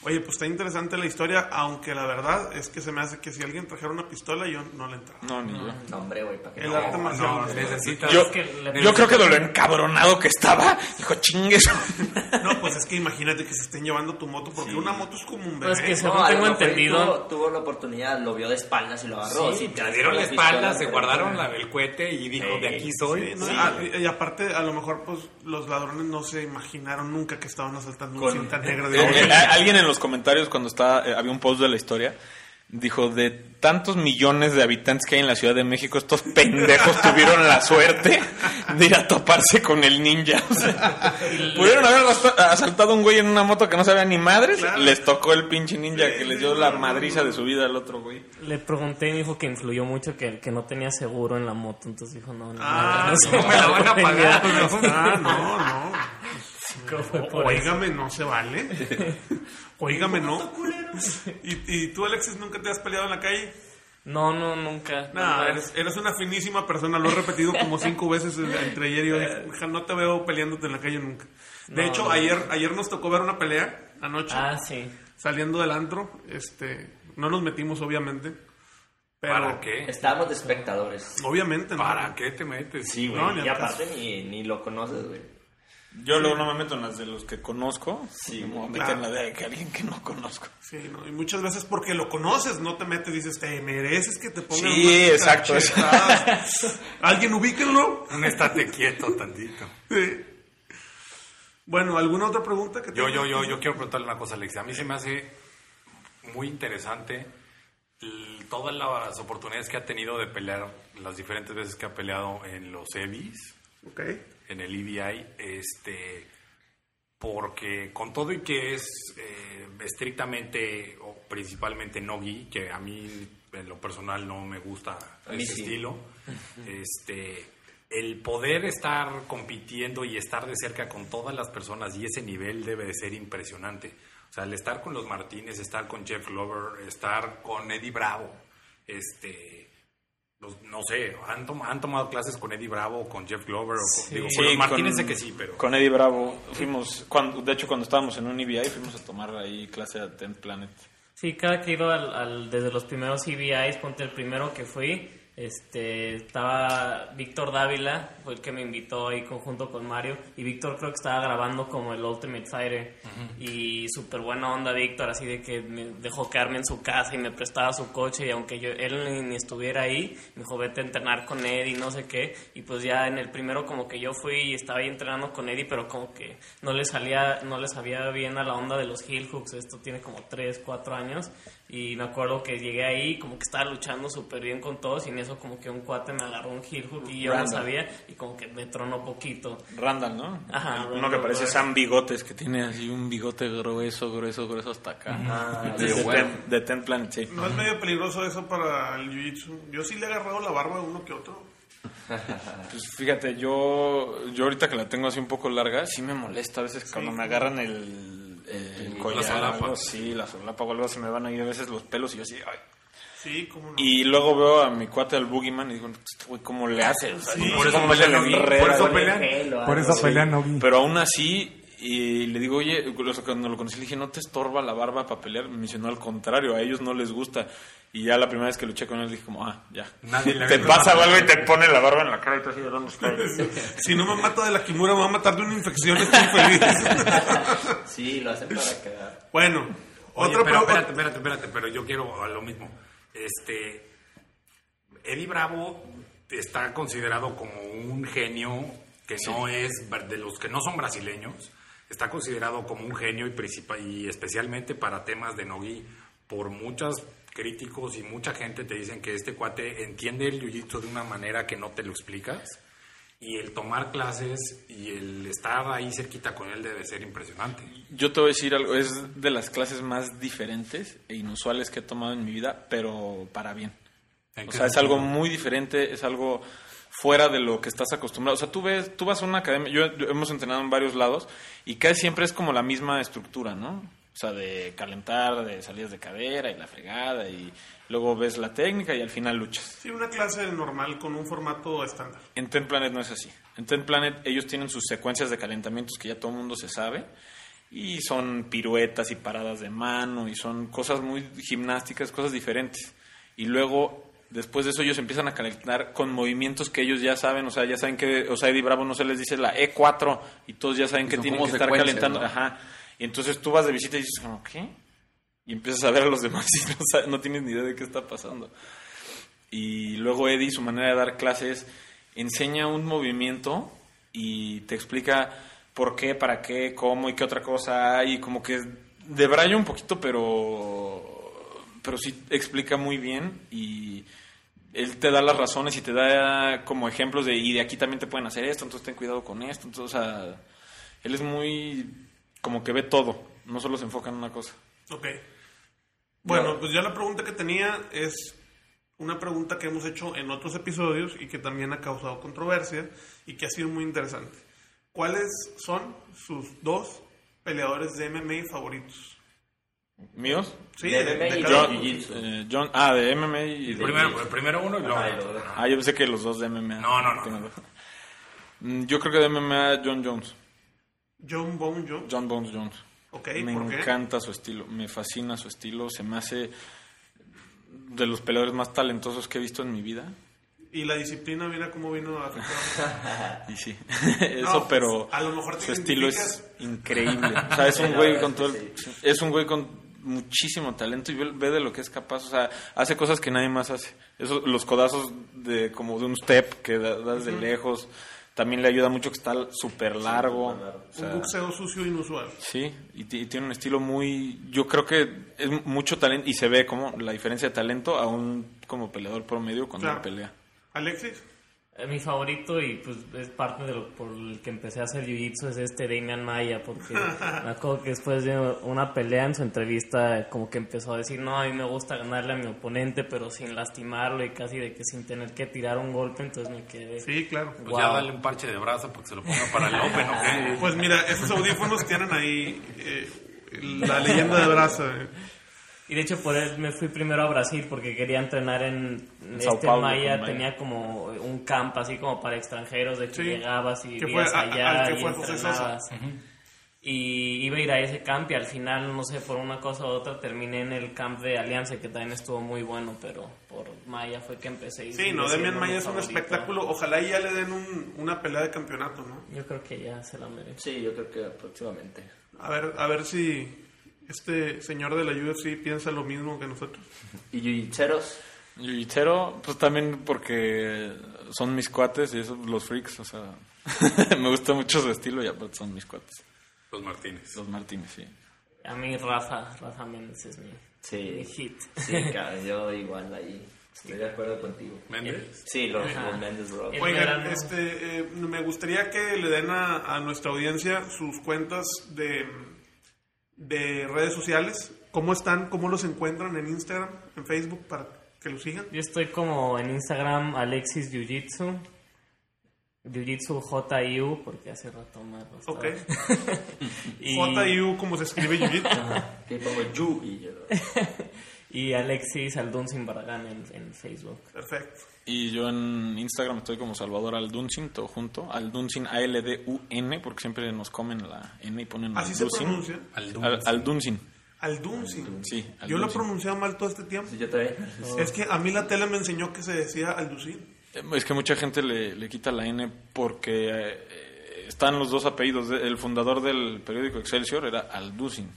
[SPEAKER 3] Oye, pues está interesante la historia, aunque la verdad es que se me hace que si alguien trajera una pistola, yo no le entraba.
[SPEAKER 2] No, ni yo.
[SPEAKER 6] No, hombre, güey, ¿para qué?
[SPEAKER 3] El
[SPEAKER 6] no?
[SPEAKER 3] arte marcial.
[SPEAKER 5] No, necesitas...
[SPEAKER 2] Yo,
[SPEAKER 1] Es que le-
[SPEAKER 2] yo creo que de lo encabronado que estaba, dijo, chingues.
[SPEAKER 3] No, pues es que imagínate que se estén llevando tu moto, porque una moto es como un bebé.
[SPEAKER 1] Pues que se-
[SPEAKER 6] No,
[SPEAKER 1] Según
[SPEAKER 6] a lo
[SPEAKER 1] tengo
[SPEAKER 6] mejor él
[SPEAKER 1] entendido-
[SPEAKER 6] Tuvo, tuvo la oportunidad, lo vio de espaldas y lo agarró.
[SPEAKER 5] Sí,
[SPEAKER 6] sin
[SPEAKER 5] le
[SPEAKER 6] tener
[SPEAKER 5] dieron la
[SPEAKER 6] pistola,
[SPEAKER 5] espalda, se
[SPEAKER 6] pero-
[SPEAKER 5] guardaron la- el cohete y dijo,
[SPEAKER 6] Sí,
[SPEAKER 5] de aquí
[SPEAKER 3] Sí,
[SPEAKER 5] soy.
[SPEAKER 3] ¿no?
[SPEAKER 5] Sí.
[SPEAKER 3] Ah, y, y aparte, a lo mejor pues los ladrones no se imaginaron nunca que estaban asaltando una cinta negra de
[SPEAKER 2] Eh, a- Alguien en los comentarios cuando estaba, eh, había un post de la historia, dijo, de tantos millones de habitantes que hay en la Ciudad de México, estos pendejos tuvieron la suerte de ir a toparse con el ninja. O sea, pudieron haber asa- asaltado a un güey en una moto que no sabía ni madres,
[SPEAKER 3] Claro.
[SPEAKER 2] les tocó el pinche ninja que les dio la madriza de su vida al otro güey.
[SPEAKER 1] Le pregunté y me dijo que influyó mucho que, que no tenía seguro en la moto. Entonces dijo, no, no,
[SPEAKER 3] Ah,
[SPEAKER 1] no,
[SPEAKER 3] no,
[SPEAKER 1] sé,
[SPEAKER 5] me la van a pagar,
[SPEAKER 3] Ah, no, no.
[SPEAKER 1] creo que fue Pues por eso.
[SPEAKER 3] Óigame, no se vale. Óigame, no. ¿Y, y tú, Alexis, nunca te has peleado en la calle?
[SPEAKER 1] No, no, nunca.
[SPEAKER 3] No,
[SPEAKER 1] Jamás.
[SPEAKER 3] eres, eres una finísima persona. Lo he repetido como cinco veces en- entre ayer y hoy. Hija, No te veo peleándote en la calle nunca. De
[SPEAKER 1] No,
[SPEAKER 3] hecho,
[SPEAKER 1] no.
[SPEAKER 3] ayer ayer nos tocó ver una pelea anoche,
[SPEAKER 1] Ah, sí.
[SPEAKER 3] saliendo del antro. Este, no nos metimos, obviamente. Pero,
[SPEAKER 5] ¿Para qué?
[SPEAKER 6] Estábamos de espectadores.
[SPEAKER 3] Obviamente, no.
[SPEAKER 5] ¿Para qué te metes?
[SPEAKER 6] Sí, güey.
[SPEAKER 3] No, ni
[SPEAKER 6] y
[SPEAKER 3] al
[SPEAKER 6] aparte ni, ni lo conoces, güey.
[SPEAKER 2] Yo luego no me meto en las de los que conozco.
[SPEAKER 6] Sí,
[SPEAKER 2] me voy a meter
[SPEAKER 3] claro.
[SPEAKER 2] en la de que alguien que no conozco.
[SPEAKER 3] Sí, no, y muchas veces porque lo conoces, no te metes, dices, te mereces que te pongan
[SPEAKER 2] Sí,
[SPEAKER 3] unas
[SPEAKER 2] exacto.
[SPEAKER 3] cachetadas. Alguien ubíquenlo.
[SPEAKER 5] Un estate quieto tantito.
[SPEAKER 3] Sí. Bueno, ¿alguna otra pregunta que
[SPEAKER 5] Yo,
[SPEAKER 3] tengas?
[SPEAKER 5] yo, yo, yo quiero preguntarle una cosa, Alexis. A mí se me hace muy interesante l- todas las oportunidades que ha tenido de pelear, las diferentes veces que ha peleado en los EBIs,
[SPEAKER 3] Ok.
[SPEAKER 5] en el EBI, este, porque con todo y que es eh, estrictamente o principalmente Nogi, que a mí en lo personal no me gusta
[SPEAKER 6] A mí
[SPEAKER 5] ese
[SPEAKER 6] sí.
[SPEAKER 5] estilo, este, el poder estar compitiendo y estar de cerca con todas las personas y ese nivel debe de ser impresionante. O sea, el estar con los Martínez, estar con Jeff Glover, estar con Eddie Bravo, este, los- no sé, han, tom- han tomado clases con Eddie Bravo, con Jeff Glover, o con, digo, con los Martínez sé que sí, pero...
[SPEAKER 2] Con Eddie Bravo fuimos, cuando, de hecho cuando estábamos en un EBI fuimos a tomar ahí clase a Ten Planet.
[SPEAKER 1] Sí, cada que he ido al, al- desde los primeros CBIs, ponte el primero que fui, este, estaba Víctor Dávila, fue el que me invitó ahí conjunto con Mario, y Víctor creo que estaba grabando como el Ultimate Fighter, y súper buena onda Víctor, así de que me dejó quedarme en su casa y me prestaba su coche, y aunque yo, él ni, ni estuviera ahí, me dijo, vete a entrenar con Eddie, no sé qué, y pues ya en el primero como que yo fui y estaba ahí entrenando con Eddie, pero como que no le salía, no le sabía bien a la onda de los heel hooks, esto tiene como 3, 4 años, y me acuerdo que llegué ahí, como que estaba luchando súper bien con todos, y en eso como que un cuate me agarró un heel hook y yo no
[SPEAKER 2] Random.
[SPEAKER 1] sabía, y como que me tronó poquito.
[SPEAKER 2] Randall, ¿no?
[SPEAKER 1] Ajá,
[SPEAKER 2] Uno
[SPEAKER 1] Randall
[SPEAKER 2] que parece
[SPEAKER 1] Rhodes.
[SPEAKER 2] Sam Bigotes, que tiene así un bigote grueso, grueso, grueso hasta acá.
[SPEAKER 6] Ah,
[SPEAKER 2] de,
[SPEAKER 6] de
[SPEAKER 2] Ten-
[SPEAKER 6] huevo.
[SPEAKER 2] de Ten Planet, sí.
[SPEAKER 3] No es medio peligroso eso para el jiu-jitsu. Yo sí le he agarrado la barba a uno que otro.
[SPEAKER 2] Pues fíjate, yo, yo ahorita que la tengo así un poco larga, sí me molesta a veces cuando me agarran el, el collar. o
[SPEAKER 5] solapa.
[SPEAKER 2] algo, sí, la solapa o algo, se me van ahí a veces los pelos y yo así, ay.
[SPEAKER 3] Sí, como no.
[SPEAKER 2] Y luego veo a mi cuate al Boogeyman y digo, "Este güey, ¿cómo le hace? O sea,
[SPEAKER 3] Sí,
[SPEAKER 2] ¿cómo
[SPEAKER 5] por eso
[SPEAKER 2] cómo se le
[SPEAKER 5] pelean,
[SPEAKER 2] enreda,
[SPEAKER 5] por eso
[SPEAKER 2] güey?"
[SPEAKER 5] pelean.
[SPEAKER 7] Por eso pelean no vi.
[SPEAKER 2] Pero aún así, y le digo, oye, o sea, cuando lo conocí le dije, no te estorba la barba para pelear. Me mencionó al contrario, a ellos no les gusta. Y ya la primera vez que luché con él dije, como, ah, ya.
[SPEAKER 5] Nadie le
[SPEAKER 2] te
[SPEAKER 5] ve
[SPEAKER 2] pasa
[SPEAKER 5] problema.
[SPEAKER 2] algo y te pone la barba en la cara y tú así de dónde está?"
[SPEAKER 3] Si no me mata de la kimura, me va a matar de una infección. Estoy feliz.
[SPEAKER 6] Sí, lo hacen para cagar.
[SPEAKER 3] bueno,
[SPEAKER 5] Oye,
[SPEAKER 3] otra
[SPEAKER 5] pero
[SPEAKER 3] pregunta.
[SPEAKER 5] espérate, espérate, espérate, pero yo quiero a lo mismo. Este, Eddie Bravo está considerado como un genio que no es bra- de los que no son brasileños, está considerado como un genio y, principal, y especialmente para temas de Nogui por muchos críticos y mucha gente te dicen que este cuate entiende el jiu-jitsu de una manera que no te lo explicas y el tomar clases y el estar ahí cerquita con él debe ser impresionante.
[SPEAKER 2] Yo te voy a decir algo, es de las clases más diferentes e inusuales que he tomado en mi vida, pero para bien.
[SPEAKER 5] ¿En
[SPEAKER 2] O
[SPEAKER 5] qué
[SPEAKER 2] sea, es
[SPEAKER 5] sentido?
[SPEAKER 2] algo muy diferente, es algo fuera de lo que estás acostumbrado. O sea, tú ves, tú vas a una academia, yo, yo- hemos entrenado en varios lados y casi siempre es como la misma estructura, ¿no? O sea, de calentar, de salidas de cadera y la fregada y luego ves la técnica y al final luchas.
[SPEAKER 3] Sí, una clase normal con un formato estándar.
[SPEAKER 2] En Ten Planet no es así. En Ten Planet ellos tienen sus secuencias de calentamientos que ya todo el mundo se sabe. Y son piruetas y paradas de mano y son cosas muy gimnásticas, cosas diferentes. Y luego, después de eso, ellos empiezan a calentar con movimientos que ellos ya saben. O sea, ya saben que, o sea, Eddie Bravo no se les dice la E4 y todos ya saben que
[SPEAKER 4] son
[SPEAKER 2] tienen que
[SPEAKER 4] como
[SPEAKER 2] estar
[SPEAKER 4] secuencias,
[SPEAKER 2] calentando.
[SPEAKER 4] ¿no?
[SPEAKER 2] Ajá. Y entonces tú vas de visita y dices, como, ¿qué? Y empiezas a ver a los demás y no, sa- no tienes ni idea de qué está pasando. Y luego Eddie, su manera de dar clases, enseña un movimiento y te explica por qué, para qué, cómo y qué otra cosa hay. Y como que debraya un poquito, pero, pero sí explica muy bien y él te da las razones y te da como ejemplos de, y de aquí también te pueden hacer esto, entonces ten cuidado con esto. Entonces, o sea, él es muy como que ve todo, no solo se enfoca en una cosa.
[SPEAKER 3] Ok. Bueno, pues yo la pregunta que tenía es una pregunta que hemos hecho en otros episodios y que también ha causado controversia y que ha sido muy interesante. ¿Cuáles son sus dos peleadores de MMA favoritos?
[SPEAKER 2] ¿Míos?
[SPEAKER 3] Sí,
[SPEAKER 6] De
[SPEAKER 3] de- de
[SPEAKER 6] MMA y
[SPEAKER 3] cada
[SPEAKER 6] de
[SPEAKER 3] uno.
[SPEAKER 6] jiu-jitsu.
[SPEAKER 2] Eh, John, ah, de MMA y de-
[SPEAKER 5] Primero, pues, primero uno y luego
[SPEAKER 6] Ay, lo
[SPEAKER 5] otro.
[SPEAKER 6] de-
[SPEAKER 2] Ah, yo pensé que los dos de MMA.
[SPEAKER 5] No, no, no.
[SPEAKER 2] Mm, Yo creo que de MMA John Jones.
[SPEAKER 3] John Bone Jones.
[SPEAKER 2] John Bones Jones.
[SPEAKER 3] Ok,
[SPEAKER 2] me
[SPEAKER 3] ¿por qué?
[SPEAKER 2] encanta su estilo, me fascina su estilo, se me hace de los peleadores más talentosos que he visto en mi vida.
[SPEAKER 3] Y la disciplina, mira cómo vino a afectar.
[SPEAKER 2] Y sí,
[SPEAKER 3] No, pues,
[SPEAKER 2] eso, pero
[SPEAKER 3] a lo mejor te
[SPEAKER 2] su estilo es
[SPEAKER 3] identificas.
[SPEAKER 2] increíble. O sea, es un
[SPEAKER 6] Sí, la
[SPEAKER 2] güey
[SPEAKER 6] verdad
[SPEAKER 2] con
[SPEAKER 6] es
[SPEAKER 2] todo
[SPEAKER 6] que
[SPEAKER 2] el- es un güey con muchísimo talento y ve ve de lo que es capaz, o sea, hace cosas que nadie más hace. Eso, los codazos de como de un step que da- das de lejos, también le ayuda mucho que está súper largo. O sea,
[SPEAKER 3] Un boxeo sucio inusual.
[SPEAKER 2] Sí, y, ti- y tiene un estilo muy. Yo creo que es mucho talento y se ve como la diferencia de talento a un como peleador promedio cuando
[SPEAKER 3] Claro.
[SPEAKER 2] pelea.
[SPEAKER 3] Alexis,
[SPEAKER 1] Eh, Mi favorito y pues es parte de lo por el que empecé a hacer jiu-jitsu es este Damian Maya porque me acuerdo que después de una pelea en su entrevista como que empezó a decir no, a mí me gusta ganarle a mi oponente pero sin lastimarlo y casi de que sin tener que tirar un golpe entonces me quedé
[SPEAKER 3] sí, claro.
[SPEAKER 5] Pues ya
[SPEAKER 1] Wow.
[SPEAKER 5] dale un parche de brasa porque se lo ponga para el Open, ¿o qué?
[SPEAKER 3] Pues mira, esos audífonos tienen ahí eh, la leyenda de Brasa. eh.
[SPEAKER 1] Y de hecho por él me fui primero a Brasil porque quería entrenar en,
[SPEAKER 2] En Sao
[SPEAKER 1] este
[SPEAKER 2] Paulo,
[SPEAKER 1] Maya,
[SPEAKER 2] con Maya.
[SPEAKER 1] tenía como un camp así como para extranjeros de que
[SPEAKER 3] Sí.
[SPEAKER 1] llegabas y
[SPEAKER 3] Que fue
[SPEAKER 1] ibas
[SPEAKER 3] a- a-
[SPEAKER 1] allá
[SPEAKER 3] al que
[SPEAKER 1] y
[SPEAKER 3] fue José Sosa.
[SPEAKER 1] entrenabas. Y iba a ir a ese camp y al final, no sé, por una cosa u otra terminé en el camp de Alianza que también estuvo muy bueno, pero por Maya fue que empecé. y
[SPEAKER 3] Sí,
[SPEAKER 1] sigue
[SPEAKER 3] no, Demian
[SPEAKER 1] siendo mi
[SPEAKER 3] Maya es un
[SPEAKER 1] favorito.
[SPEAKER 3] espectáculo. Ojalá y ya le den un- una pelea de campeonato, ¿no?
[SPEAKER 1] Yo creo que ya se la merece.
[SPEAKER 6] Sí, yo creo que próximamente.
[SPEAKER 3] A ver, a ver si este señor de la UFC piensa lo mismo que nosotros.
[SPEAKER 6] ¿Y Yuyicheros?
[SPEAKER 2] Yuyitero, pues también porque son mis cuates y esos los freaks, o sea. me gusta mucho su estilo y aparte son mis cuates.
[SPEAKER 5] Los Martínez.
[SPEAKER 2] Los Martínez, sí.
[SPEAKER 1] A mí Rafa, Rafa Méndez es mi, mi
[SPEAKER 6] Sí,
[SPEAKER 1] hit.
[SPEAKER 6] sí, cabrón, yo igual ahí. Estoy de acuerdo contigo.
[SPEAKER 5] Méndez.
[SPEAKER 6] Sí, los,
[SPEAKER 1] Ajá.
[SPEAKER 6] los Mendes Bro.
[SPEAKER 1] El
[SPEAKER 3] Oigan,
[SPEAKER 1] verano.
[SPEAKER 3] este, eh, me gustaría que le den a, a nuestra audiencia sus cuentas de, de redes sociales. ¿Cómo están? ¿Cómo los encuentran en Instagram, en Facebook, para que los sigan?
[SPEAKER 1] Yo estoy como en Instagram Alexis Jiu-Jitsu. Jiu-Jitsu JIU, porque hace rato más.
[SPEAKER 3] Ok.
[SPEAKER 1] Y,
[SPEAKER 3] JIU, como se escribe Jiu-Jitsu.
[SPEAKER 6] Que pongo Yu y yo.
[SPEAKER 1] y Alexis Aldun sin Barragán en, en Facebook.
[SPEAKER 3] Perfecto.
[SPEAKER 2] Y yo en Instagram estoy como Salvador Alduncin, todo junto. Alduncin, A-L-D-U-N, porque siempre nos comen la N y ponen
[SPEAKER 3] Así se
[SPEAKER 2] Alduncin.
[SPEAKER 3] pronuncia.
[SPEAKER 5] Aldun.
[SPEAKER 2] Al- Alduncin,
[SPEAKER 3] Alduncin.
[SPEAKER 2] sí.
[SPEAKER 3] Yo lo he
[SPEAKER 2] Alduncin.
[SPEAKER 3] pronunciado mal todo este tiempo.
[SPEAKER 6] Yo también.
[SPEAKER 3] Es que a mí la tele me enseñó que se decía Alducin.
[SPEAKER 2] Es que mucha gente le, le quita la N porque eh, están los dos apellidos. De- El fundador del periódico Excelsior era Alducin.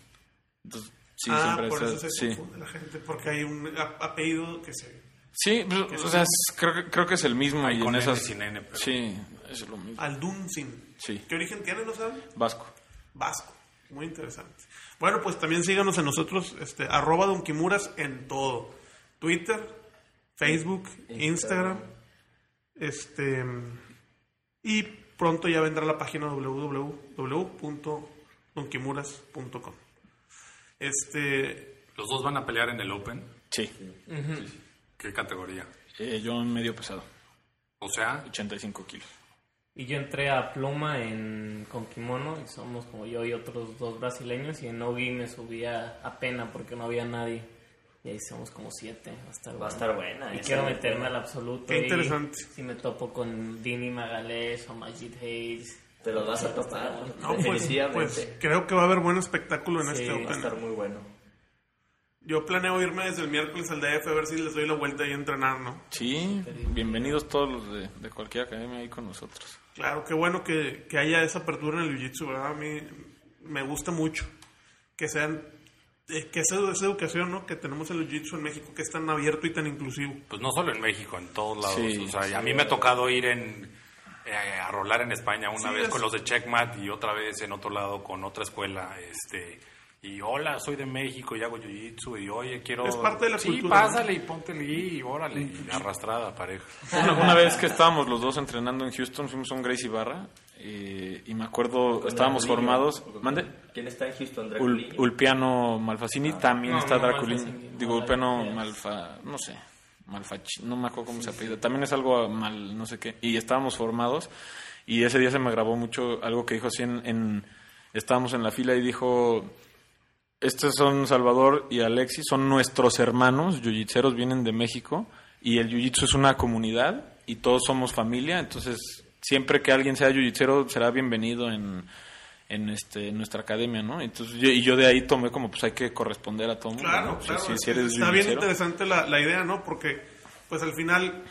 [SPEAKER 2] Entonces Sí,
[SPEAKER 3] ah,
[SPEAKER 2] siempre
[SPEAKER 3] por
[SPEAKER 2] está-
[SPEAKER 3] eso se
[SPEAKER 2] sí.
[SPEAKER 3] confunde la gente, porque hay un a- apellido que se...
[SPEAKER 2] Sí, pues, o sea, es- creo, que- creo que es el mismo.
[SPEAKER 5] Ay,
[SPEAKER 2] y
[SPEAKER 5] con
[SPEAKER 2] en
[SPEAKER 5] N
[SPEAKER 2] esas...
[SPEAKER 5] sin N, pero-
[SPEAKER 2] Sí, es lo mismo.
[SPEAKER 3] Aldunzin.
[SPEAKER 2] Sí,
[SPEAKER 3] ¿Qué origen tiene, no saben?
[SPEAKER 2] vasco.
[SPEAKER 3] Vasco. Muy interesante. Bueno, pues también síganos a nosotros, este, arroba Don Kimuras en todo. Twitter, Facebook, Instagram. Este. Y pronto ya vendrá la página www.donkimuras.com. Este.
[SPEAKER 5] Los dos van a pelear en el Open.
[SPEAKER 2] Sí,
[SPEAKER 5] ¿Qué categoría?
[SPEAKER 2] Eh, yo medio pesado,
[SPEAKER 5] O sea,
[SPEAKER 2] 85 kilos.
[SPEAKER 1] Y yo entré a Pluma en, con kimono y somos como yo y otros dos brasileños y en Ogi me subía a pena porque no había nadie. Y ahí somos como siete. Va a estar,
[SPEAKER 6] Va a estar buena
[SPEAKER 1] Y
[SPEAKER 6] esa.
[SPEAKER 1] quiero meterme al absoluto.
[SPEAKER 3] Qué
[SPEAKER 1] y
[SPEAKER 3] interesante.
[SPEAKER 1] Si me topo con Dini Magalés o Majid Hayes.
[SPEAKER 6] Te lo vas a topar.
[SPEAKER 3] No, pues,
[SPEAKER 6] definitivamente.
[SPEAKER 3] pues creo que va a haber buen espectáculo en
[SPEAKER 1] Sí,
[SPEAKER 3] este
[SPEAKER 1] va a
[SPEAKER 6] Va a
[SPEAKER 3] Open.
[SPEAKER 6] estar muy bueno.
[SPEAKER 3] Yo planeo irme desde el miércoles al DF a ver si les doy la vuelta y a entrenar, ¿no?
[SPEAKER 2] Sí, bienvenidos todos los de, de cualquier academia ahí con nosotros.
[SPEAKER 3] Claro, qué bueno que, que haya esa apertura en el jiu-jitsu, ¿verdad? A mí me gusta mucho que sean eh, que esa, esa educación, ¿no? que tenemos en el jiu-jitsu en México que es tan abierto y tan inclusivo.
[SPEAKER 5] pues no solo en México, en todos lados.
[SPEAKER 2] Sí,
[SPEAKER 5] o sea, y a mí me ha tocado ir en, eh, a rolar en España una
[SPEAKER 3] Sí,
[SPEAKER 5] vez
[SPEAKER 3] es-
[SPEAKER 5] con los de Checkmat y otra vez en otro lado con otra escuela. este Y hola, soy de México y hago jiu-jitsu y oye, quiero...
[SPEAKER 3] Es parte de la
[SPEAKER 5] sí,
[SPEAKER 3] cultura, ¿no?
[SPEAKER 5] pásale y ponte el gi y órale, y arrastrada pareja.
[SPEAKER 2] Una, una vez que estábamos los dos entrenando en Houston, fuimos a un Gracie Barra eh, y me acuerdo, estábamos
[SPEAKER 6] Draculillo.
[SPEAKER 2] formados. Mande.
[SPEAKER 6] ¿Quién está en Houston?
[SPEAKER 2] Ul-
[SPEAKER 6] Draculillo.
[SPEAKER 2] Ulpiano Malfacini también
[SPEAKER 1] No,
[SPEAKER 2] está
[SPEAKER 1] no,
[SPEAKER 2] Draculín.
[SPEAKER 1] Malfacini,
[SPEAKER 2] Digo,
[SPEAKER 1] no,
[SPEAKER 2] Ulpiano
[SPEAKER 1] Draculín.
[SPEAKER 2] Malfa, no sé. Malfach, no me acuerdo cómo se apellida. También es algo mal, no sé qué. Y estábamos formados. Y ese día se me grabó mucho algo que dijo así en. en- estábamos en la fila y dijo. Estos Este son Salvador y Alexis, son nuestros hermanos, yujitseros vienen de México y el yujitsu es una comunidad y todos somos familia, entonces siempre que alguien sea yujitsero será bienvenido en, en este en nuestra academia, ¿no? Entonces yo, y yo de ahí tomé como pues hay que corresponder a todo mundo,
[SPEAKER 3] Claro,
[SPEAKER 2] ¿no? Si-
[SPEAKER 3] claro.
[SPEAKER 2] si, si eres
[SPEAKER 3] está bien
[SPEAKER 2] yujitsero.
[SPEAKER 3] interesante la, la idea, ¿no? Porque pues al final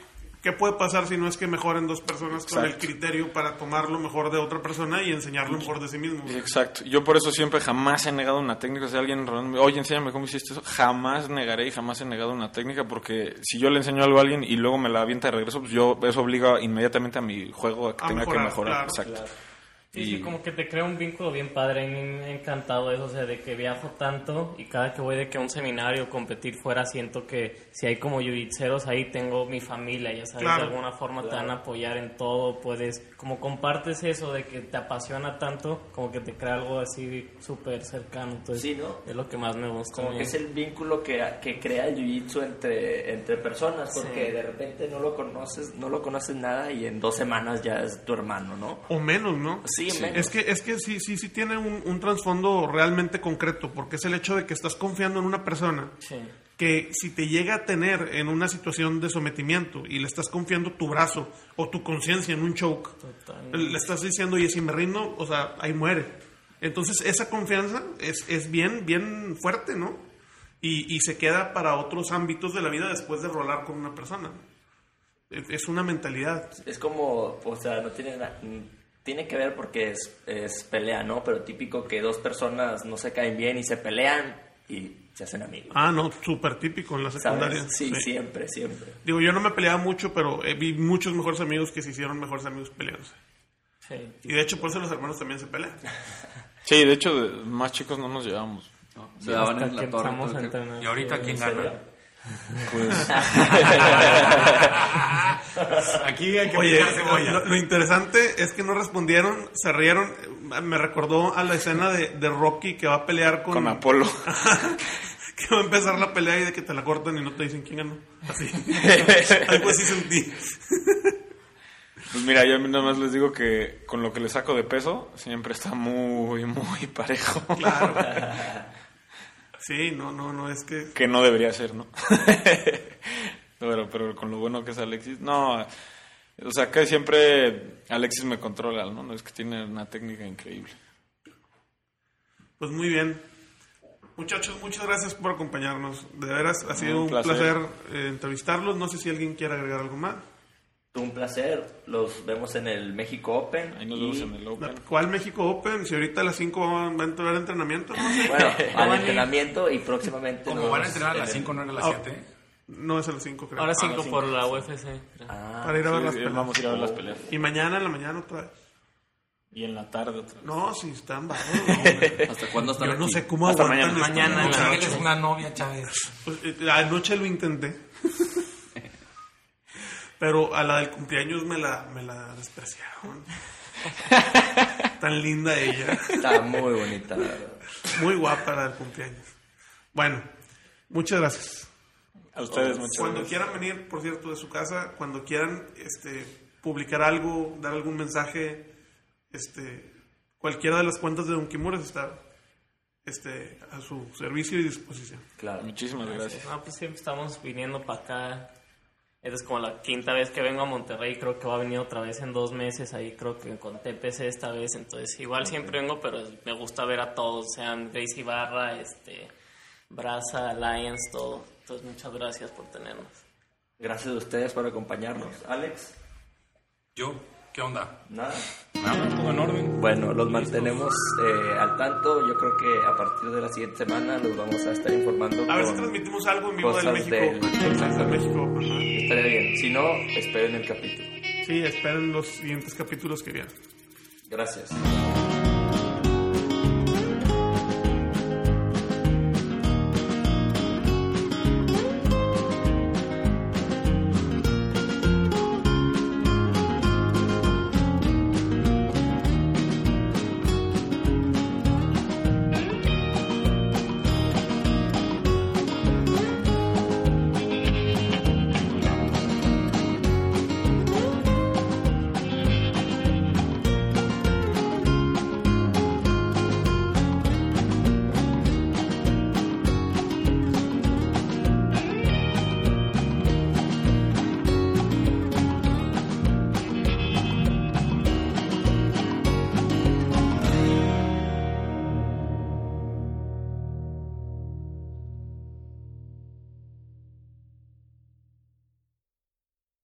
[SPEAKER 3] ¿qué puede pasar si no es que mejoren dos personas con el
[SPEAKER 2] Exacto.
[SPEAKER 3] criterio para tomar lo mejor de otra persona y enseñar lo mejor de sí mismo?
[SPEAKER 2] Exacto. Yo por eso siempre jamás he negado una técnica. Si alguien rolándome, oye, enséñame cómo hiciste eso, jamás negaré y jamás he negado una técnica porque si yo le enseño algo a alguien y luego me la avienta de regreso, pues yo eso obliga inmediatamente a mi juego a que
[SPEAKER 3] A
[SPEAKER 2] tenga
[SPEAKER 3] mejorar,
[SPEAKER 2] que mejorar.
[SPEAKER 3] claro,
[SPEAKER 2] Exacto.
[SPEAKER 1] Sí, sí,
[SPEAKER 2] Y-
[SPEAKER 1] como que te crea un vínculo bien padre. A mí me ha encantado eso, o sea, de que viajo tanto y cada que voy de que a un seminario o competir fuera, siento que si hay como yujitseros ahí, tengo mi familia, ya sabes,
[SPEAKER 3] Claro.
[SPEAKER 1] de alguna forma te van a apoyar en todo. Puedes, como compartes eso de que te apasiona tanto, como que te crea algo así súper cercano. Entonces,
[SPEAKER 6] Sí, ¿no?
[SPEAKER 1] es lo que más me gusta.
[SPEAKER 6] Como
[SPEAKER 1] a mí.
[SPEAKER 6] que es el vínculo que, que crea el jiu-jitsu entre, entre personas, porque
[SPEAKER 1] Sí.
[SPEAKER 6] de repente no lo conoces, no lo conoces nada y en dos semanas ya es tu hermano, ¿no?
[SPEAKER 3] O menos, ¿no?
[SPEAKER 6] Sí, menos.
[SPEAKER 3] Es que, es que sí, sí, sí tiene un, un trasfondo realmente concreto, porque es el hecho de que estás confiando en una persona
[SPEAKER 1] Sí.
[SPEAKER 3] que si te llega a tener en una situación de sometimiento y le estás confiando tu brazo o tu conciencia en un choke,
[SPEAKER 1] Totalmente.
[SPEAKER 3] le estás diciendo, oye, si me rindo, o sea, ahí muere. Entonces, esa confianza es, es bien, bien fuerte, ¿no? Y, y se queda para otros ámbitos de la vida después de rolar con una persona. Es, es una mentalidad.
[SPEAKER 6] Es como, o sea, no tiene na- Tiene que ver porque es, es pelea, ¿no? Pero típico que dos personas no se caen bien y se pelean y se hacen amigos.
[SPEAKER 3] Ah, no, súper típico en la secundaria.
[SPEAKER 6] ¿Sabes? Sí, siempre, siempre.
[SPEAKER 3] Digo, yo no me peleaba mucho, pero eh, vi muchos mejores amigos que se hicieron mejores amigos peleándose.
[SPEAKER 1] Sí.
[SPEAKER 3] Y de hecho, por eso los hermanos también se pelean.
[SPEAKER 2] Sí, de hecho, de- más chicos no nos llevamos.
[SPEAKER 4] ¿no? Se daban
[SPEAKER 1] Hasta
[SPEAKER 4] en
[SPEAKER 1] que
[SPEAKER 4] la torre.
[SPEAKER 1] empezamos
[SPEAKER 4] todo
[SPEAKER 1] a
[SPEAKER 4] el tiempo.
[SPEAKER 1] entrenar.
[SPEAKER 5] Y ahorita, ¿quién gana?
[SPEAKER 2] pues,
[SPEAKER 5] Aquí hay que
[SPEAKER 3] Oye,
[SPEAKER 5] picar cebolla.
[SPEAKER 3] lo, lo interesante es que no respondieron, se rieron. Eh, Me recordó a la escena de, de Rocky que va a pelear con,
[SPEAKER 2] Con Apolo.
[SPEAKER 3] que va a empezar la pelea y de que te la cortan y no te dicen quién ganó. Así. Algo así sentí.
[SPEAKER 2] Pues mira, yo nada más les digo que con lo que le saco de peso siempre está muy, muy parejo.
[SPEAKER 3] Claro. Sí, no, no, no, es que.
[SPEAKER 2] que no debería ser, ¿no? pero, pero con lo bueno que es Alexis, no, o sea, que siempre Alexis me controla, ¿no? No, Es que tiene una técnica increíble.
[SPEAKER 3] Pues muy bien. Muchachos, muchas gracias por acompañarnos. De veras, ha sido
[SPEAKER 2] Un
[SPEAKER 3] un placer,
[SPEAKER 2] placer.
[SPEAKER 3] eh, entrevistarlos. No sé si alguien quiere agregar algo más.
[SPEAKER 6] Un placer. Los vemos en el México Open.
[SPEAKER 2] Ahí nos
[SPEAKER 6] y-
[SPEAKER 2] vemos en el Open.
[SPEAKER 3] ¿Cuál México Open? Si ahorita a las 5 va a entrar entrenamiento. No, sé.
[SPEAKER 6] Bueno, al
[SPEAKER 1] Oye.
[SPEAKER 6] entrenamiento y próximamente.
[SPEAKER 5] Como
[SPEAKER 6] nos
[SPEAKER 5] van a
[SPEAKER 6] vemos
[SPEAKER 5] entrenar a
[SPEAKER 6] en
[SPEAKER 5] las
[SPEAKER 6] el-
[SPEAKER 5] 5, no era a las
[SPEAKER 3] Ah.
[SPEAKER 5] 7.
[SPEAKER 3] No es a las 5, creo.
[SPEAKER 1] Ahora
[SPEAKER 3] Ah,
[SPEAKER 1] 5 por la UFC. creo.
[SPEAKER 3] Para ir a ver las
[SPEAKER 2] Sí,
[SPEAKER 3] peleas.
[SPEAKER 2] vamos a ir a ver las peleas.
[SPEAKER 3] Y mañana en la mañana otra vez.
[SPEAKER 2] Y en la tarde otra vez.
[SPEAKER 3] No, si están bajos. no, hombre.
[SPEAKER 4] ¿Hasta cuándo están
[SPEAKER 3] Yo no
[SPEAKER 4] aquí?
[SPEAKER 3] sé cómo
[SPEAKER 1] Hasta
[SPEAKER 3] aguantan
[SPEAKER 1] mañana.
[SPEAKER 3] esto,
[SPEAKER 1] Mañana en la
[SPEAKER 3] muchachos.
[SPEAKER 5] es una novia, Chávez.
[SPEAKER 3] Pues, eh, anoche lo intenté. Pero a la del cumpleaños me la, me la despreciaron. Tan linda ella.
[SPEAKER 6] Está muy bonita. la verdad.
[SPEAKER 3] Muy guapa la del cumpleaños. Bueno, muchas gracias.
[SPEAKER 2] A ustedes muchas
[SPEAKER 3] Oh, Cuando
[SPEAKER 2] gracias.
[SPEAKER 3] quieran venir, por cierto, de su casa, cuando quieran este, publicar algo, dar algún mensaje, este, cualquiera de las cuentas de Don Kimuras está este, a su servicio y disposición.
[SPEAKER 6] Claro.
[SPEAKER 2] Muchísimas gracias.
[SPEAKER 1] No, pues siempre estamos viniendo para acá. Esta es como la quinta vez que vengo a Monterrey. Creo que va a venir otra vez en dos meses. Ahí creo que con TPC esta vez. Entonces, igual siempre vengo, pero me gusta ver a todos. Sean Gracie Barra, este, Braza, Alliance, todo. Entonces, muchas gracias por tenernos.
[SPEAKER 6] Gracias a ustedes por acompañarnos. Alex,
[SPEAKER 5] Yo, ¿qué onda?
[SPEAKER 6] nada.
[SPEAKER 5] Nada, todo en orden.
[SPEAKER 6] Bueno, los mantenemos eh, al tanto. Yo creo que a partir de la siguiente semana los vamos a estar informando.
[SPEAKER 3] A ver si
[SPEAKER 6] con-
[SPEAKER 3] transmitimos algo en vivo del
[SPEAKER 6] cosas
[SPEAKER 3] México.
[SPEAKER 6] del-
[SPEAKER 3] Cosas del México. ajá.
[SPEAKER 6] Estaría bien. Si no, esperen el capítulo.
[SPEAKER 3] Sí, esperen los siguientes capítulos que vienen.
[SPEAKER 6] Gracias.